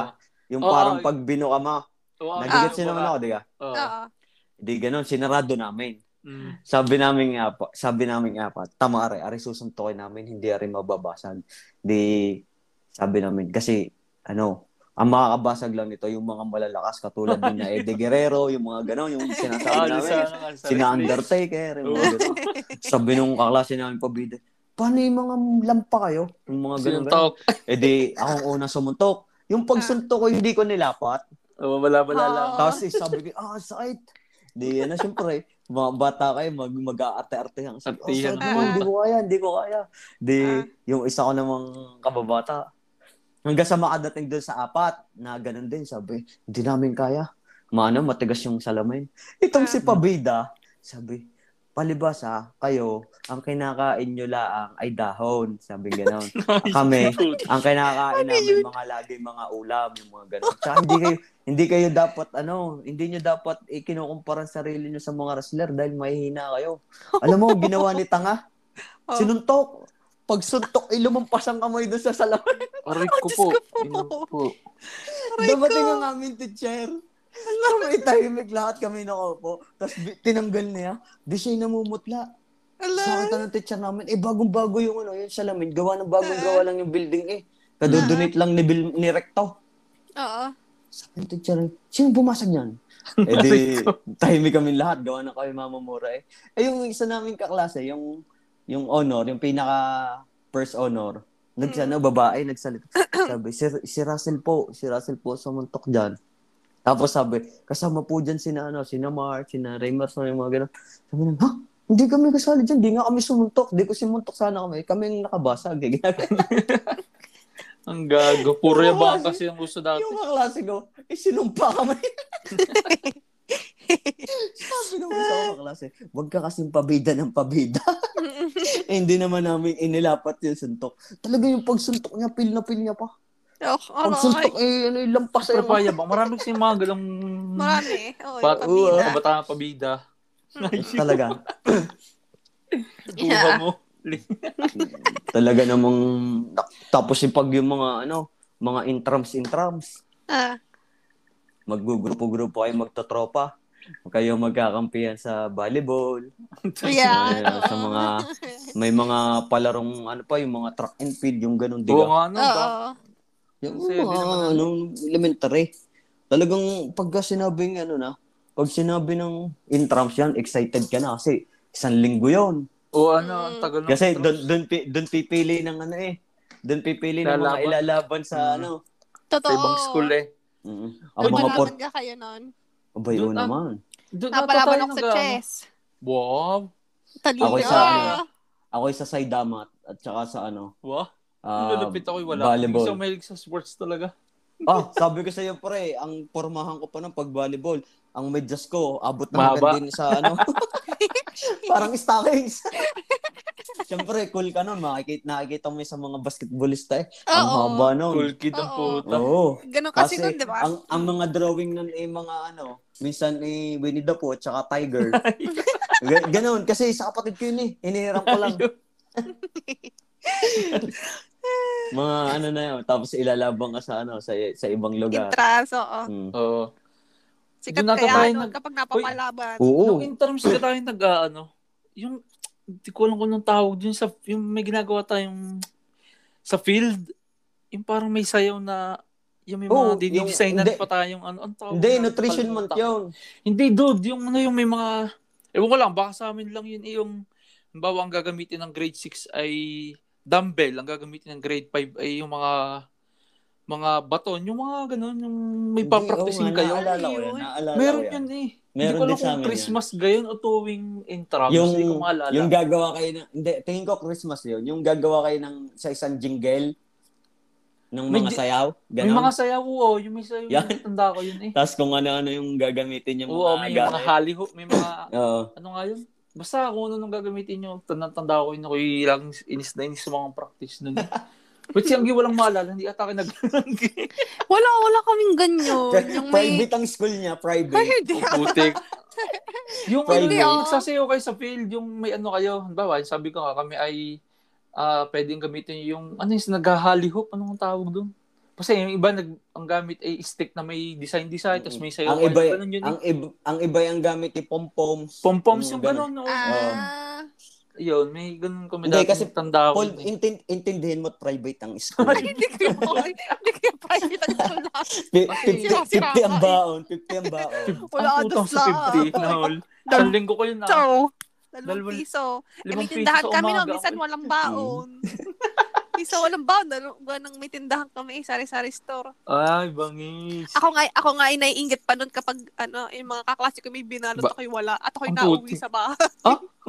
Speaker 2: Yung
Speaker 3: Oo,
Speaker 2: parang
Speaker 3: oo.
Speaker 2: pag binuka mo,
Speaker 3: oo. Oo,
Speaker 2: nagigit
Speaker 3: oo,
Speaker 1: Ah,
Speaker 2: siya naman
Speaker 3: baka.
Speaker 2: ako, di ka?
Speaker 3: Oo.
Speaker 1: Oo.
Speaker 2: Di ganun, sinarado namin.
Speaker 3: Mm.
Speaker 2: Sabi namin nga po, sabi namin nga po, tama are, are susuntukin namin, hindi are mababasag. Di, sabi namin, kasi, ano, ang makakabasag lang nito, yung mga malalakas, katulad din na Eddie Guerrero, yung mga ganon,
Speaker 3: (laughs)
Speaker 2: yung
Speaker 3: Ah,
Speaker 2: sinasabi
Speaker 3: dun
Speaker 2: namin,
Speaker 3: sa- ano nga, sa
Speaker 2: sina
Speaker 3: wrestling.
Speaker 2: Undertaker, yung
Speaker 3: Oo.
Speaker 2: mga ganon. Sabi nung kaklase namin pabida, paano yung mga lampa kayo? Yung mga ganon. ganon.
Speaker 3: Sinuntok.
Speaker 2: Eh di, akong unang sumuntok. Yung pagsuntok ko, hindi ko nilapat.
Speaker 3: Oo, bala-bala
Speaker 1: Oo.
Speaker 3: lang.
Speaker 2: Tapos eh, sabi ko, ah, sakit. Di, ano, syempre, mga bata kayo, mag, mag-aarte-arte ang sabi, oh,
Speaker 3: Artehan.
Speaker 2: sakit mo, hindi ko kaya, hindi ko kaya. Di,
Speaker 1: Ah.
Speaker 2: yung isa ko namang kababata, hanggang sa makadating doon sa apat, na ganun din, sabi, hindi namin kaya. Mano, matigas yung salamin. Itong
Speaker 1: Ah.
Speaker 2: si Pabida, sabi, palibas ha, kayo, ang kinakain nyo laang ay dahon. Sabi
Speaker 1: (laughs)
Speaker 2: ganun.
Speaker 3: (laughs)
Speaker 2: Kami, ang kinakain namin mga lagi mga ulam, yung mga ganun. Tsaka hindi kayo, hindi kayo dapat ano, hindi nyo dapat ikinukumpara ang sarili nyo sa mga wrestler dahil mahihina kayo. Alam mo, ginawa ni Tanga,
Speaker 1: Oh.
Speaker 2: sinuntok. Pag suntok, ilumampas ang kamay doon sa salamin.
Speaker 3: Aray ko
Speaker 1: Diyos
Speaker 3: po.
Speaker 1: ko po.
Speaker 3: Ino po.
Speaker 2: Dumating ang aming teacher. Alam mo, itahimik lahat kami na po. Tapos bi- tinanggal niya. Di siya yung namumutla.
Speaker 1: Hello.
Speaker 2: Sa akin ng teacher namin, eh bagong-bago yung ano, yung salamin. Gawa ng bagong-gawa lang yung building eh. Kadodonate lang ni, Bil- ni Recto.
Speaker 1: Oo.
Speaker 2: Yung teacher, sino bumasag niyan? eh di, tahimik kami lahat. Gawa na kami mamamura eh. Eh yung isa namin kaklase, yung, yung honor, yung pinaka first honor, nagsano, babae, nagsalita. (clears throat) sabi, si, si Russell po, si Russell po sumuntok dyan. Tapos sabi, kasama po dyan sina, ano, sina Mark, sina Raymars, yung mga ganun. Sabi namin, ha? Hindi kami kasali dyan, di nga kami sumuntok, di ko simuntok sana kami, kami ang nakabasag. Eh.
Speaker 3: Ang gago. Puro yung baka kasi yung gusto dati.
Speaker 2: Yung kaklase ko, eh, sinumpa kami. (laughs) Sabi ng isa ko kaklase, huwag ka kasing pabida ng (laughs) pabida. eh, hindi naman namin inilapat yung suntok. Talaga yung pagsuntok niya, pil na pil niya pa.
Speaker 1: Oh,
Speaker 2: Pagsuntok, eh, ano, yung lampas
Speaker 3: Pero
Speaker 2: yung mga
Speaker 3: payabang. Marami kasi yung mga galang...
Speaker 1: Marami. Oo, yung
Speaker 3: Bat-
Speaker 1: pabida.
Speaker 3: Kabataan ano pabida.
Speaker 2: Talaga.
Speaker 1: Yeah.
Speaker 3: Buha mo.
Speaker 2: Talaga namang, tapos yung pag yung mga, ano, mga intrams, intrams.
Speaker 1: Ah,
Speaker 2: Maggugrupo-grupo kayo magtotropa. Kayo magkakampihan sa volleyball.
Speaker 1: yeah.
Speaker 2: Ayun, ano, sa mga may mga palarong ano pa yung mga track and field yung ganun
Speaker 3: Oo
Speaker 2: diga.
Speaker 3: nga, ano ba?
Speaker 1: Oo.
Speaker 2: Yung
Speaker 3: Kasi di naman,
Speaker 2: mga ano, elementary. Talagang pagka sinabing ano na, pag sinabi ng intrams yan, excited ka na kasi isang linggo yon.
Speaker 3: Oo, ano, ang
Speaker 1: Mm.
Speaker 3: tagal ng
Speaker 2: Kasi doon doon pi- doon pipili ng ano eh. Doon pipili ng mga
Speaker 3: Lalaban.
Speaker 2: ilalaban sa
Speaker 3: Mm.
Speaker 2: ano.
Speaker 1: Totoo.
Speaker 3: Sa ibang school eh.
Speaker 2: Mm-mm. Ang
Speaker 1: Ang
Speaker 3: Doon
Speaker 2: mga
Speaker 3: na-
Speaker 2: port...
Speaker 1: ka kayo nun.
Speaker 2: Abay, oo
Speaker 3: Doon na-
Speaker 2: naman.
Speaker 3: Doon ata
Speaker 1: Napalaban
Speaker 3: tayo
Speaker 1: ako sa
Speaker 3: nag-ano.
Speaker 1: chess.
Speaker 3: Wow.
Speaker 1: Talino.
Speaker 2: Ako'y
Speaker 3: sa ano.
Speaker 2: Ako ay sa Saydama at saka sa ano.
Speaker 3: Wow.
Speaker 2: ah,
Speaker 3: Nalapit ako eh. wala.
Speaker 2: volleyball.
Speaker 3: Hindi ko mahilig sa sports talaga.
Speaker 2: ah, sabi ko sa iyo pre, ang pormahan ko pa ng pag-volleyball, ang medyas ko, abot ng
Speaker 3: Mahaba.
Speaker 2: hanggang din sa ano. (laughs) Parang stockings. (laughs) Siyempre, cool ka nun. Makikita, nakikita mo yun sa mga basketballista eh. Ang
Speaker 1: Oo.
Speaker 2: haba nun.
Speaker 3: Cool kid ang
Speaker 1: Oo.
Speaker 3: puta.
Speaker 2: Oo.
Speaker 1: Ganun kasi,
Speaker 2: Kasi,
Speaker 1: nun, di ba?
Speaker 2: ang, ang mga drawing nun ay mga ano, minsan ay Winnie the Pooh tsaka
Speaker 3: (laughs)
Speaker 2: Tiger. Ga- Ganun, kasi sa kapatid ko yun eh. Hinihiram ko
Speaker 3: (laughs)
Speaker 2: lang. mga ano na yun. Tapos ilalabang ka sa ano, sa, sa ibang lugar.
Speaker 1: Intras, oo.
Speaker 2: Mm.
Speaker 3: Oo.
Speaker 1: Sikat
Speaker 3: Doon na
Speaker 1: kaya
Speaker 3: tayo
Speaker 1: nun
Speaker 3: nag-
Speaker 1: kapag napamalaban.
Speaker 3: Nung
Speaker 2: Oo.
Speaker 3: in terms ka tayo nag, ah, ano, yung, hindi ko alam kung anong tawag dun sa, yung may ginagawa tayong, sa field, yung parang may sayaw na, yung may
Speaker 2: Oo,
Speaker 3: mga
Speaker 2: Oh, yung-
Speaker 3: dididesignan
Speaker 2: hindi.
Speaker 3: pa tayong, ano, ang tawag.
Speaker 2: Hindi,
Speaker 3: na-
Speaker 2: nutrition month
Speaker 3: Nakalimutan ko.
Speaker 2: yun.
Speaker 3: Hindi, dude, yung ano, yung may mga, ewan ko lang, baka sa amin lang yun, eh, yung, bawa ang gagamitin ng grade 6 ay dumbbell, ang gagamitin ng grade 5 ay yung mga, mga baton, yung mga ganun, yung may
Speaker 2: Hindi, oo
Speaker 3: papracticing
Speaker 2: nga,
Speaker 3: kayo.
Speaker 2: Naalala ko yan.
Speaker 1: Yun.
Speaker 2: Naalala ko
Speaker 3: Meron
Speaker 2: yan.
Speaker 3: yun eh.
Speaker 2: Meron
Speaker 3: hindi ko alam
Speaker 2: din sa amin
Speaker 3: kung
Speaker 2: yan.
Speaker 3: Christmas gayon o tuwing entrance.
Speaker 2: Yung,
Speaker 3: hindi ko maalala.
Speaker 2: yung gagawa kayo ng, hindi, tingin ko Christmas yun. Yung gagawa kayo ng, sa isang jingle, ng
Speaker 3: May
Speaker 2: mga
Speaker 3: ji-
Speaker 2: sayaw,
Speaker 3: may
Speaker 2: ganun.
Speaker 3: mga sayaw oo. Yung may sayaw.
Speaker 2: Yan.
Speaker 3: Yung tanda ko
Speaker 2: (laughs)
Speaker 3: yun eh.
Speaker 2: Tapos kung ano-ano yung gagamitin yung
Speaker 3: Oo, may mga
Speaker 2: gamit.
Speaker 3: haliho. May mga,
Speaker 2: Oo.
Speaker 3: ano nga yun? Basta kung ano nung gagamitin nyo, tanda, tanda ko yun ako yung laging inis na inis sa mga practice nun. eh.
Speaker 2: (laughs)
Speaker 3: But si Anggi walang maalala, hindi ata nag
Speaker 1: Wala, wala kaming
Speaker 2: (laughs)
Speaker 1: ganyan. Yung may...
Speaker 2: Private ang school niya,
Speaker 1: Ay,
Speaker 2: private. (laughs)
Speaker 1: hindi. (laughs)
Speaker 3: Putik. yung
Speaker 2: Friday.
Speaker 1: oh.
Speaker 3: ano, yung nagsasayaw kayo sa field, yung may ano kayo, halimbawa, sabi ko nga, kami ay ah, pwedeng gamitin yung, ano yung naghahali hoop, anong tawag doon? Kasi yung iba, nag, ang gamit ay stick na may design-design, tapos may sayaw
Speaker 2: ang
Speaker 3: kayo,
Speaker 2: iba,
Speaker 3: ganun yun. eh.
Speaker 2: ang iba, ang iba yung gamit ni pom-poms.
Speaker 3: Pom-poms yung
Speaker 2: ganun.
Speaker 3: ganun, no?
Speaker 1: Ah,
Speaker 3: yun, may ganun kami
Speaker 2: Hindi,
Speaker 3: dati,
Speaker 2: kasi
Speaker 3: tanda ko.
Speaker 2: Paul,
Speaker 3: yun eh.
Speaker 2: intin- intindihin mo private ang
Speaker 3: (laughs)
Speaker 2: school.
Speaker 1: hindi kayo Hindi kayo private ang tulak.
Speaker 2: P-
Speaker 3: Ay,
Speaker 2: 50,
Speaker 1: sira, sira
Speaker 2: ang
Speaker 1: ka eh.
Speaker 2: baon, 50 ang baon.
Speaker 1: Wala
Speaker 3: Ang
Speaker 1: ka
Speaker 3: putang
Speaker 1: dos
Speaker 3: sa
Speaker 1: lang. (laughs)
Speaker 3: 50 na all. Isang linggo ko yun, ah.
Speaker 1: So, dalawang
Speaker 3: Dalawang-
Speaker 1: piso. Eh, may
Speaker 3: Limang piso
Speaker 1: tindahan
Speaker 3: sa
Speaker 1: kami noon.
Speaker 3: umaga.
Speaker 1: Minsan walang baon.
Speaker 2: Hmm.
Speaker 1: Isa walang baon. Dalawa nang may tindahan kami. Sari-sari store.
Speaker 3: Ay, bangis.
Speaker 1: Ako nga, ako nga ay naiingit pa noon kapag ano, yung mga kaklase ko may binalot
Speaker 3: Ba-
Speaker 1: ako'y wala. At ako'y
Speaker 3: Ang
Speaker 1: nauwi
Speaker 3: puti.
Speaker 1: sa bahay.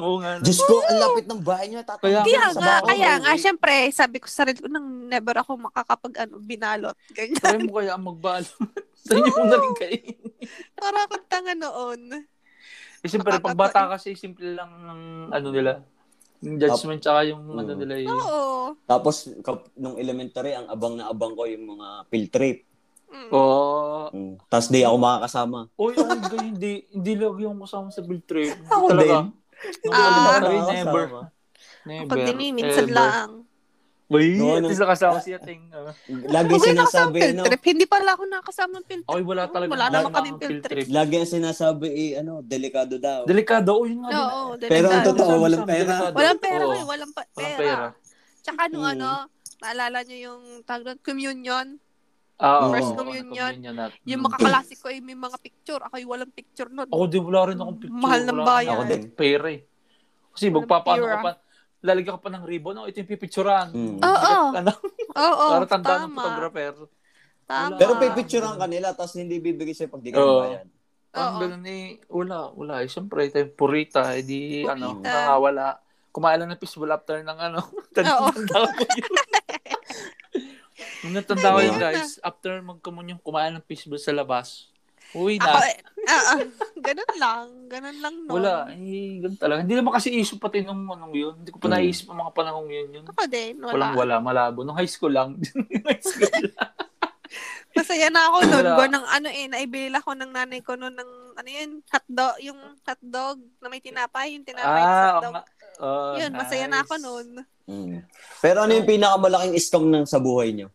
Speaker 3: Oo nga.
Speaker 2: (laughs)
Speaker 3: no?
Speaker 2: Diyos ko, ang lapit ng bahay niya. Tatang
Speaker 3: Kaya
Speaker 1: Kaya
Speaker 2: sa
Speaker 1: nga,
Speaker 2: baon.
Speaker 1: kaya nga,
Speaker 3: eh.
Speaker 1: syempre, sabi ko sa sarili ko, nang never ako makakapag ano, binalot. Ganyan. (laughs)
Speaker 3: Try mo kaya magbalo. (laughs) Sa inyo mo na rin kayo.
Speaker 1: Para akong tanga noon.
Speaker 3: Eh, siyempre, pag bata kasi, simple lang ng ano nila. Yung judgment, tsaka yung
Speaker 2: Mm.
Speaker 3: ano nila. Eh.
Speaker 1: Oo.
Speaker 2: Tapos, kap- nung elementary, ang abang na abang ko yung mga field trip.
Speaker 1: Mm.
Speaker 3: Oh, Oo.
Speaker 2: Mm. Tapos di ako makakasama.
Speaker 3: Oy, oh, hindi, hindi, hindi lagi yung kasama sa field
Speaker 1: (laughs)
Speaker 3: trip. Hindi
Speaker 2: Ako
Speaker 3: talaga.
Speaker 2: din.
Speaker 3: Nung
Speaker 1: Ah.
Speaker 3: wala
Speaker 2: Hindi
Speaker 3: na kami,
Speaker 2: ako
Speaker 3: never.
Speaker 2: kasama.
Speaker 3: Never.
Speaker 1: Ako din eh, minsan
Speaker 3: ever.
Speaker 1: lang.
Speaker 3: Uy,
Speaker 2: No,
Speaker 3: at
Speaker 2: no.
Speaker 3: least nakasama si Ating. ah.
Speaker 2: Lagi
Speaker 1: Huwag kayo nakasama
Speaker 2: sinasabi,
Speaker 1: field
Speaker 2: ano,
Speaker 1: trip. Hindi pala ako nakakasama ng field trip.
Speaker 3: Oy, wala talaga.
Speaker 1: Wala naman
Speaker 3: na
Speaker 1: kaming field trip.
Speaker 2: lagi ang sinasabi, eh, ano, delikado daw.
Speaker 3: Delikado. Oh, yun nga. din.
Speaker 1: Oo, delikado.
Speaker 2: Pero ang
Speaker 3: Delikado.
Speaker 2: totoo,
Speaker 3: Sabi-
Speaker 2: walang
Speaker 3: sabi,
Speaker 2: pera.
Speaker 3: delikado.
Speaker 1: Walang pera
Speaker 3: Oo,
Speaker 1: kayo, walang pa-
Speaker 3: Walang
Speaker 1: pera.
Speaker 3: pera.
Speaker 1: Tsaka nung
Speaker 2: Mm.
Speaker 1: ano, naalala nyo yung tag doon, communion.
Speaker 3: Ah, oo,
Speaker 2: First
Speaker 3: walang
Speaker 1: communion.
Speaker 3: communion at-
Speaker 1: Yung
Speaker 3: Mm.
Speaker 1: makakalasi ko, eh, may mga picture. Ako yung walang picture nun.
Speaker 3: Ako di wala rin akong picture.
Speaker 1: Mahal ng
Speaker 3: wala
Speaker 1: bayan.
Speaker 2: Ako din.
Speaker 3: Pera eh. Kasi
Speaker 1: Walang
Speaker 3: magpapaano
Speaker 1: pera.
Speaker 3: ko pa, lalagyan ko pa ng ribbon. Oh, ito yung pipicturan.
Speaker 2: Mm.
Speaker 1: Oo.
Speaker 3: Ano,
Speaker 1: Oo,
Speaker 3: para tandaan ng
Speaker 1: tama.
Speaker 3: photographer.
Speaker 1: Tama.
Speaker 2: Pero pipicturean ka nila, tapos hindi bibigay sa'yo pag di ka
Speaker 3: Oo.
Speaker 2: bayad.
Speaker 1: Oo.
Speaker 3: Ang ganun eh, wala, wala. Eh, Siyempre, tayo purita, eh, di,
Speaker 1: Purita.
Speaker 3: ano, nangawala. Kumain lang ng fishbowl after ng ano. (laughs)
Speaker 1: Oo.
Speaker 3: Tanda ko yun. Nung natanda ko yun,
Speaker 2: Ayun
Speaker 1: na.
Speaker 3: guys, after magkamunyon, kumain ng fishbowl sa labas. Uwi
Speaker 1: Ako,
Speaker 3: na.
Speaker 1: eh, ah, ah, ganun lang. Ganun lang nun.
Speaker 3: Wala. Eh, ganun talaga. Hindi naman kasi issue pati nung anong yun. Hindi ko pa
Speaker 2: Mm.
Speaker 3: naisip ang mga panahong yun yun.
Speaker 1: Ako din, wala.
Speaker 3: Walang wala, malabo. Nung high school lang. (laughs) high school
Speaker 1: (laughs)
Speaker 3: lang.
Speaker 1: Masaya na ako nun.
Speaker 3: Wala.
Speaker 1: Go ng ano eh, naibili ako ng nanay ko nun ng ano yun, hotdog, yung hotdog na may tinapay, yung tinapay sa
Speaker 3: ah,
Speaker 1: hotdog.
Speaker 3: ma- oh,
Speaker 1: yun, masaya na ako
Speaker 3: nice.
Speaker 1: nun.
Speaker 2: Mm. Pero ano yung pinakamalaking scam ng sa buhay niyo?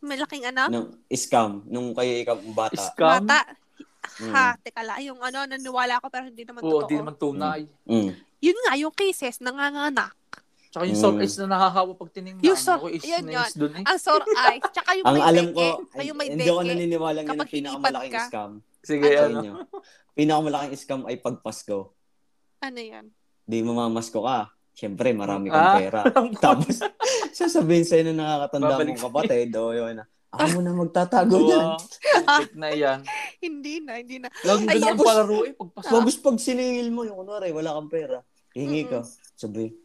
Speaker 1: Malaking ano,
Speaker 2: Nung scam, nung kayo ikaw bata. Mm.
Speaker 3: Scam?
Speaker 1: bata. Ha, teka lang. Yung ano, naniwala ako pero hindi naman
Speaker 3: Oo,
Speaker 1: totoo.
Speaker 3: di naman tunay.
Speaker 2: Mm.
Speaker 1: Yun nga, yung cases, nanganganak.
Speaker 3: Tsaka yung
Speaker 2: Mm.
Speaker 3: salt ice na nahahawa pag tinignan.
Speaker 1: Yung salt-
Speaker 3: Ako is
Speaker 1: yun,
Speaker 3: na is dun eh.
Speaker 1: Ang sore eyes, tsaka yung
Speaker 2: Ang
Speaker 1: may
Speaker 2: alam
Speaker 1: beke.
Speaker 2: ko,
Speaker 1: Ay, yung may
Speaker 2: hindi ako
Speaker 1: beke.
Speaker 2: naniniwala yun ang
Speaker 1: Kapag hinipad
Speaker 2: pinakamalaking
Speaker 1: ka.
Speaker 2: scam
Speaker 3: Sige,
Speaker 2: sa
Speaker 3: ano.
Speaker 2: inyo. Pinakamalaking scam ay pagpasko.
Speaker 1: Ano yan?
Speaker 2: Di mamamasko ka. Siyempre, marami kang (laughs)
Speaker 3: Ah.
Speaker 2: pera. Tapos, sasabihin sa'yo na nakakatanda
Speaker 3: Babalik
Speaker 2: mong kapatid, o yun na, Ako na magtatago (laughs) yan.
Speaker 3: Oo, Check na yan.
Speaker 1: Hindi na, hindi na.
Speaker 3: Lagi
Speaker 1: Ay,
Speaker 3: ganun ang
Speaker 2: tapos-
Speaker 3: palaro eh. Pagpasok.
Speaker 2: Tapos pag siningil mo, yung kunwari, wala kang pera, hingi ka, sabi,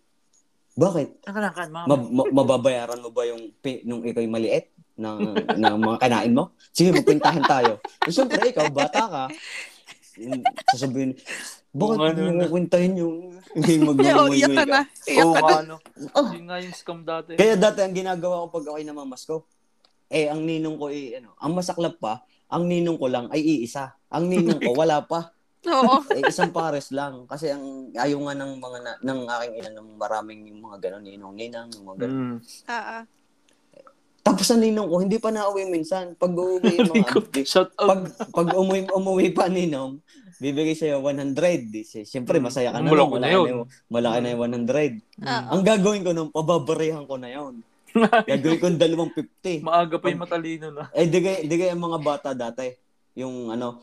Speaker 2: bakit?
Speaker 3: Nakalakan, mama.
Speaker 2: Ma- ma- mababayaran mo ba yung pi- nung ikaw'y maliit na, na mga kanain mo? Sige, magpintahan tayo. So, syempre, ikaw, bata ka, mm, sasabihin, bakit
Speaker 3: Kung ano na."
Speaker 2: mo kwintahin yung yung
Speaker 1: (laughs) Yo,
Speaker 2: magmumuy
Speaker 1: iyak ka na.
Speaker 2: ka?
Speaker 1: Iyak
Speaker 3: Oo,
Speaker 1: ka na.
Speaker 3: nga, ano.
Speaker 1: Oh.
Speaker 2: Ah.
Speaker 3: Yun nga yung scam dati.
Speaker 2: Kaya dati, ang ginagawa ko pag ako'y namamas ko, eh, ang ninong ko, eh, ano, ang masaklap pa, ang ninong ko lang ay iisa. Ang ninong ko, wala pa.
Speaker 1: Oo.
Speaker 2: eh, isang pares lang. Kasi ang ayaw nga ng mga na, ng aking ina ng maraming yung mga ganun, ninong ninang, yung mga ganun.
Speaker 3: Mm.
Speaker 1: Ah, ah.
Speaker 2: Tapos ang ninong ko, hindi pa nauwi minsan. Pag uuwi yung
Speaker 3: (laughs)
Speaker 2: mga update.
Speaker 3: Shut up.
Speaker 2: Pag, pag umuwi, umuwi pa ninong, bibigay sa'yo 100. Di siya- Siyempre, masaya ka na.
Speaker 3: Hmm. Malaki
Speaker 2: nun,
Speaker 3: na
Speaker 2: malaki
Speaker 3: yun.
Speaker 2: yung- Malaki na yung 100.
Speaker 1: Ah,
Speaker 2: Ang gagawin ko nun, pababarehan ko na
Speaker 3: (laughs)
Speaker 2: yun. Gagawin ko yung dalawang 50.
Speaker 3: Mm. Maaga pa yung matalino na.
Speaker 2: Eh, di kaya, di kaya ang mga bata dati, yung ano,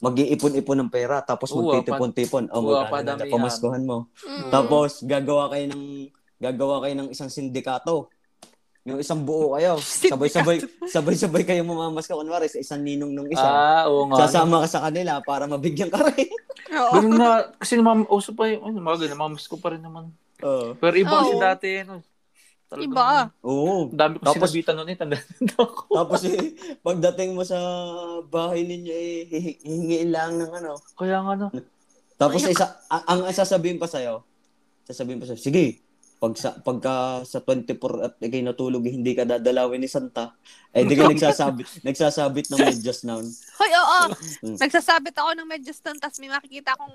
Speaker 2: mag-iipon-ipon ng pera, tapos
Speaker 3: Oo,
Speaker 2: magtitipon-tipon. O,
Speaker 3: oo,
Speaker 2: magkano na,
Speaker 3: padamihan.
Speaker 2: pamaskuhan mo.
Speaker 1: mm.
Speaker 2: Tapos gagawa kayo ng gagawa kayo ng isang sindikato. Yung isang buo kayo. Sabay-sabay sabay-sabay kayo mamamas ka kunwari sa isang ninong nung isa.
Speaker 3: Ah, oo nga.
Speaker 2: Sasama ka sa kanila para mabigyan ka rin. (laughs)
Speaker 1: Oo.
Speaker 3: Ganun na, kasi namam, uso pa yung, ano, mga ganun, namamiss ko pa rin naman.
Speaker 2: Oo.
Speaker 3: Pero iba kasi
Speaker 1: Oo.
Speaker 3: dati, ano. Talagang,
Speaker 1: Iba.
Speaker 2: Oo.
Speaker 3: Ang dami ko
Speaker 2: Tapos-
Speaker 3: sinabitan nun eh, (laughs) tandaan na ako.
Speaker 2: Tapos eh, pagdating mo sa bahay ninyo eh, hihi- hihingiin lang ng ano.
Speaker 3: Kaya nga no.
Speaker 2: Tapos isa, ang, ang sasabihin pa sa'yo, sasabihin pa sa'yo, sige, pag sa, pagka sa 24 at ikay natulog, hindi ka dadalawin ni Santa, eh di ka nagsasabit, nagsasabit ng medyas noon.
Speaker 1: (laughs) Hoy, oo.
Speaker 2: Mm.
Speaker 1: Nagsasabit ako ng medyo stunt, tapos may makikita akong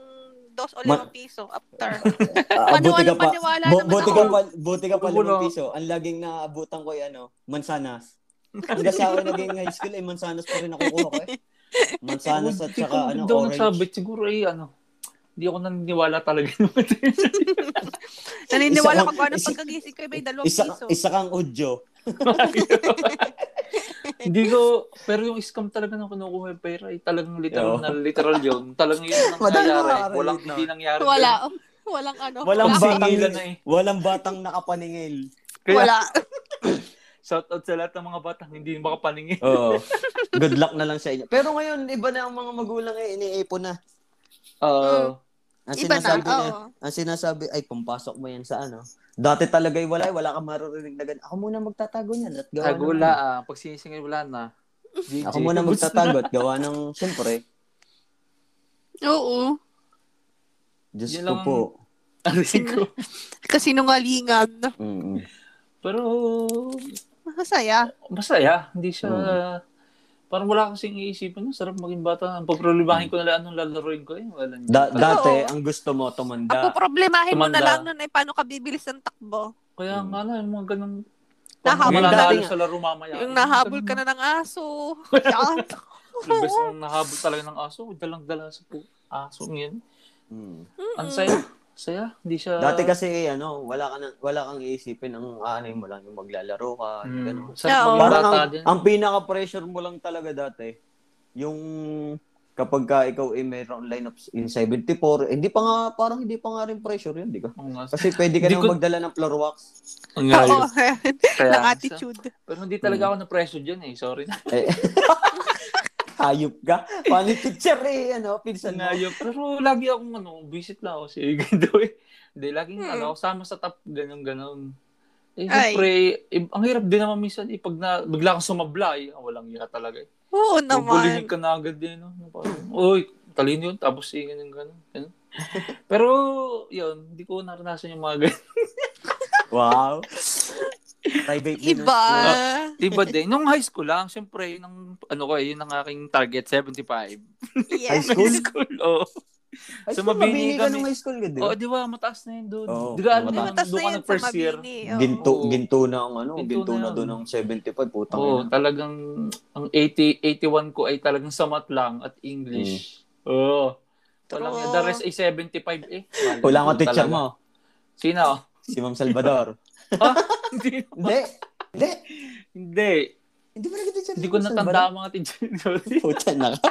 Speaker 1: dos o
Speaker 2: Ma-
Speaker 1: limang piso after.
Speaker 2: Ah, buti ka
Speaker 1: Maniwala-
Speaker 2: pa,
Speaker 1: maniwala
Speaker 2: bu-
Speaker 1: naman
Speaker 2: buti
Speaker 1: ako.
Speaker 2: ka pa, buti ka pa
Speaker 3: Wala.
Speaker 2: limang piso. Ang laging naabutan ko ay ano, mansanas. Hindi kasi ako naging high school, eh, mansanas pa rin nakukuha ko eh. Mansanas at
Speaker 3: Hindi ko
Speaker 2: saka ano,
Speaker 3: daw
Speaker 2: orange.
Speaker 3: nagsabit. Siguro eh, ano. Hindi ako naniniwala talaga. (laughs)
Speaker 1: (laughs) Naniniwala
Speaker 2: Isa-
Speaker 1: ko kung ano
Speaker 2: isa-
Speaker 1: pagkagising ko, may dalawang
Speaker 2: Isa,
Speaker 1: piso.
Speaker 2: isa kang udyo.
Speaker 3: Hindi ko, pero yung scam talaga na kinukuha yung pera, eh, talagang literal
Speaker 2: Oo.
Speaker 3: na literal yun. Talagang yun ang
Speaker 2: Madami
Speaker 3: nangyayari.
Speaker 2: nangyari
Speaker 3: Walang
Speaker 2: na.
Speaker 3: hindi nangyari.
Speaker 1: Wala. (laughs) Walang ano.
Speaker 2: Walang
Speaker 1: wala.
Speaker 3: bang-
Speaker 2: batang,
Speaker 3: Singilan na eh.
Speaker 2: walang batang nakapaningil.
Speaker 3: Kaya,
Speaker 1: Wala.
Speaker 3: shout out sa lahat ng mga bata, hindi
Speaker 2: (laughs)
Speaker 3: makapaningin.
Speaker 2: Oo. Good luck na lang sa inyo. Pero ngayon, iba na ang mga magulang eh, iniipon na.
Speaker 3: Oo.
Speaker 2: Ang
Speaker 1: Iba na.
Speaker 2: sinasabi
Speaker 1: Oo.
Speaker 2: ang sinasabi, ay, pampasok mo yan sa ano. Dati talaga ay wala, eh, wala kang maririnig na ganun. Ako muna magtatago niyan at
Speaker 1: Mm.
Speaker 2: gawa ng-
Speaker 3: Tagula, ah. Pag sinisingil, wala na. DJ.
Speaker 2: Ako muna
Speaker 3: (laughs)
Speaker 2: magtatago at gawa ng, siyempre,
Speaker 1: Oo.
Speaker 2: Diyos
Speaker 3: Yun
Speaker 2: ko
Speaker 3: lang-
Speaker 2: po.
Speaker 3: Aray ko.
Speaker 1: Kasinungalingan.
Speaker 2: Mm-mm.
Speaker 3: Pero,
Speaker 1: Masaya.
Speaker 3: masaya. Hindi siya,
Speaker 2: Mm.
Speaker 3: parang wala kasing iisipin. Ang Sarap maging bata. Ang paprolibahin ko na lang anong lalaroin ko. Eh. Wala niya.
Speaker 2: Mm. Da- dati,
Speaker 1: Oo.
Speaker 2: ang gusto mo,
Speaker 1: Ang
Speaker 2: tumanda.
Speaker 1: problemahin mo na
Speaker 3: Tumanda.
Speaker 1: lang nun ay paano ka bibilis ng takbo.
Speaker 3: Kaya nga
Speaker 2: Mm.
Speaker 3: lang, yung mga ganun.
Speaker 1: Nahabol
Speaker 3: Wala
Speaker 2: ka.
Speaker 3: nalo sa laro mamaya.
Speaker 1: Yung nahabol ka na ng
Speaker 2: (laughs)
Speaker 1: aso. Yan. (laughs)
Speaker 3: Labas ng nahabol talaga ng aso. Dalang-dala sa po. Aso yun.
Speaker 2: Mm.
Speaker 3: Ang saya. Saya. Hindi siya...
Speaker 2: Dati kasi, eh, ano, wala, ka na, wala kang iisipin ang aanay mo lang, yung maglalaro ka, yung ganun.
Speaker 3: Mm,
Speaker 1: Oo.
Speaker 3: sarap maging
Speaker 2: Parang
Speaker 3: bata
Speaker 2: ang,
Speaker 3: din.
Speaker 2: ang pinaka-pressure mo lang talaga dati, yung kapag ka ikaw ay mayroon line up in 74, hindi pa nga, parang hindi pa nga rin pressure yun, di ka?
Speaker 3: Oo nga.
Speaker 2: Kasi pwede ka
Speaker 3: Hindi
Speaker 2: nang
Speaker 3: ko-
Speaker 2: magdala ng floor wax.
Speaker 3: Ang
Speaker 1: Oo.
Speaker 3: ayos. Kaya,
Speaker 1: ng attitude.
Speaker 3: Pero hindi
Speaker 2: Mm.
Speaker 3: talaga ako na-pressure dyan eh. Sorry.
Speaker 2: (laughs) Eh, hayop ka. Paano yung teacher eh, ano, pinsan mo.
Speaker 3: Sanayo. Pero lagi akong ano, visit lang ako si (laughs) Gando eh. Hindi, laging
Speaker 1: Hmm.
Speaker 3: ano, ako sama sa top, ganun, ganun. Eh,
Speaker 1: Ay.
Speaker 3: siyempre, eh, ang hirap din naman minsan, eh, pag na, bigla kang sumabla, eh, ah, walang hiya talaga eh.
Speaker 1: Oo
Speaker 3: Bubulihin
Speaker 1: naman.
Speaker 3: ka na agad din, no? Parang, Uy, talino yun, tapos eh, ganun, ganun. ganun.
Speaker 1: (laughs)
Speaker 3: Pero, yun, hindi ko naranasan yung mga ganun. (laughs)
Speaker 2: Wow. Private din ang
Speaker 1: Iba.
Speaker 2: school.
Speaker 3: Diba din? Nung high school lang, siyempre, yun ang, ano ko eh, yun ang aking target, 75.
Speaker 2: High
Speaker 1: Yes.
Speaker 2: school?
Speaker 3: High school, oo.
Speaker 2: High
Speaker 3: So,
Speaker 2: school, mabini
Speaker 3: mabini
Speaker 2: ka
Speaker 3: kami.
Speaker 2: nung high school ka, di
Speaker 3: Oo,
Speaker 2: ba?
Speaker 3: di ba, mataas na yun doon.
Speaker 2: Oo,
Speaker 3: di ka, ano,
Speaker 2: mataas.
Speaker 1: Mataas na
Speaker 3: doon ka
Speaker 1: yun
Speaker 3: ng
Speaker 1: sa
Speaker 3: first year.
Speaker 1: mabini. oo.
Speaker 2: Ginto,
Speaker 3: Oo.
Speaker 2: ginto na ang ano,
Speaker 3: Ginto
Speaker 2: ginto,
Speaker 3: na
Speaker 2: na
Speaker 3: yun.
Speaker 2: doon ang 75, putang
Speaker 3: Oo,
Speaker 2: ina.
Speaker 3: talagang ang 80, 81 ko ay talagang samat lang at English.
Speaker 2: Mm.
Speaker 3: Oo. Walang,
Speaker 1: True.
Speaker 3: the rest ay 75 eh.
Speaker 2: Wala ka teacher mo,
Speaker 3: Sino?
Speaker 2: si Ma'am Salvador.
Speaker 3: oh. (laughs) Hindi.
Speaker 2: Hindi, hindi,
Speaker 3: Hindi.
Speaker 2: hindi pala ka teacher.
Speaker 3: Hindi
Speaker 1: Ano
Speaker 3: ko natanda ang mga teacher. (laughs) Sorry.
Speaker 2: (laughs) Puta na ka.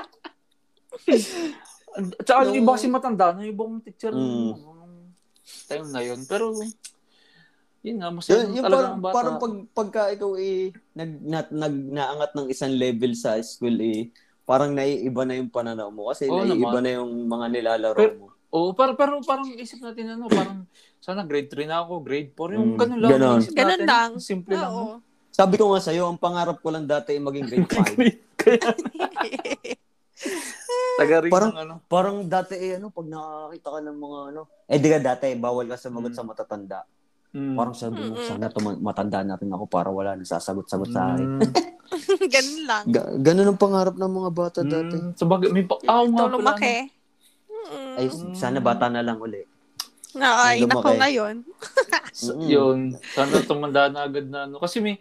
Speaker 3: Tsaka yung
Speaker 2: Nung-
Speaker 3: iba kasi matanda, yung ibang teacher
Speaker 2: Mm.
Speaker 3: nung time na yun. Pero Yun nga, masaya
Speaker 2: Yun, (laughs) yung
Speaker 3: talaga
Speaker 2: parang,
Speaker 3: ang bata.
Speaker 2: parang pag, pagka ikaw eh, nag, na, nag, naangat ng isang level sa school eh, parang naiiba na yung pananaw mo kasi
Speaker 3: Oo
Speaker 2: naiiba
Speaker 3: naman.
Speaker 2: na yung mga nilalaro
Speaker 3: Pero-
Speaker 2: mo.
Speaker 3: Oo, par parang, parang isip natin ano, parang sana grade 3 na ako, grade 4,
Speaker 2: Mm,
Speaker 3: yung ganun lang. ang
Speaker 2: ganon.
Speaker 3: isip
Speaker 1: Ganon
Speaker 3: natin.
Speaker 1: lang. Ah,
Speaker 3: Simple lang. no?
Speaker 1: Oo. (laughs)
Speaker 2: Sabi ko nga sa'yo, ang pangarap ko lang dati ay maging grade 5.
Speaker 3: (laughs) Taga rin
Speaker 2: Parang-
Speaker 3: ng ano.
Speaker 2: parang dati eh, ano, pag nakakita ka ng mga ano, eh di ka dati, bawal ka sumagot
Speaker 3: Mm.
Speaker 2: sa matatanda.
Speaker 3: Mm.
Speaker 2: Parang sabi mo,
Speaker 1: Mm-mm.
Speaker 2: sana tuma- matanda na rin ako para wala nang sasagot-sagot sa akin. (laughs)
Speaker 3: Mm.
Speaker 1: Ganun lang.
Speaker 2: Ga- ganun ang pangarap ng mga bata
Speaker 3: Mm.
Speaker 2: dati.
Speaker 3: Sabagay, may pa- ah, oo nga
Speaker 1: Ito
Speaker 3: pala, no?
Speaker 1: lumaki. Mm.
Speaker 2: Ay, sana bata na lang uli.
Speaker 1: Nga, Mm. Ay, nako
Speaker 2: lumaki.
Speaker 1: ngayon.
Speaker 3: So,
Speaker 2: Mm.
Speaker 3: Yun, sana tumanda na agad na ano. Kasi may,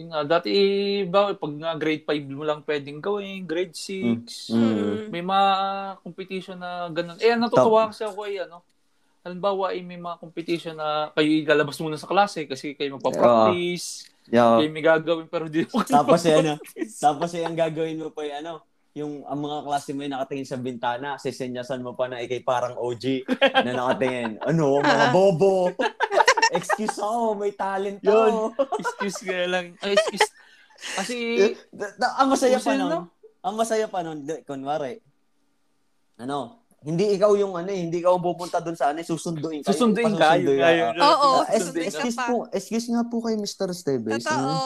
Speaker 3: yun nga, dati, ba, pag nga grade 5 mo lang pwedeng gawin, grade 6,
Speaker 2: Mm.
Speaker 1: Mm.
Speaker 3: may mga competition na ganun. Eh, natutuwa kasi ako eh, ano. Halimbawa, eh, may mga competition na kayo ilalabas muna sa klase kasi kayo magpa-practice,
Speaker 2: Yeah.
Speaker 3: kayo may gagawin pero di mo kayo
Speaker 2: Tapos eh, ano,
Speaker 3: practice.
Speaker 2: tapos eh, ang gagawin mo pa eh, ano, yung ang mga klase mo yung nakatingin sa bintana, sisenyasan mo pa na ikay parang OG na
Speaker 3: (laughs)
Speaker 2: nakatingin. Ano, mga bobo. Excuse ako, may talent
Speaker 3: Yun.
Speaker 2: ako.
Speaker 3: (laughs) excuse ka lang. Ay, excuse. Kasi,
Speaker 2: Da- da- ang masaya pa
Speaker 3: Uso yun,
Speaker 2: nun.
Speaker 3: no?
Speaker 2: Ang masaya pa nun, di- kunwari, ano, hindi ikaw yung ano, eh, hindi ikaw ang pupunta doon sa ano, eh, susunduin ka. Yung
Speaker 3: susunduin ka.
Speaker 2: ipasusundo
Speaker 3: Yun,
Speaker 2: ka.
Speaker 3: yun, yun.
Speaker 1: Oo, eh,
Speaker 2: Ah, es-
Speaker 1: susunduin ka
Speaker 2: excuse
Speaker 1: pa.
Speaker 2: po, excuse nga po kay Mr. Steves.
Speaker 1: Totoo.
Speaker 2: no?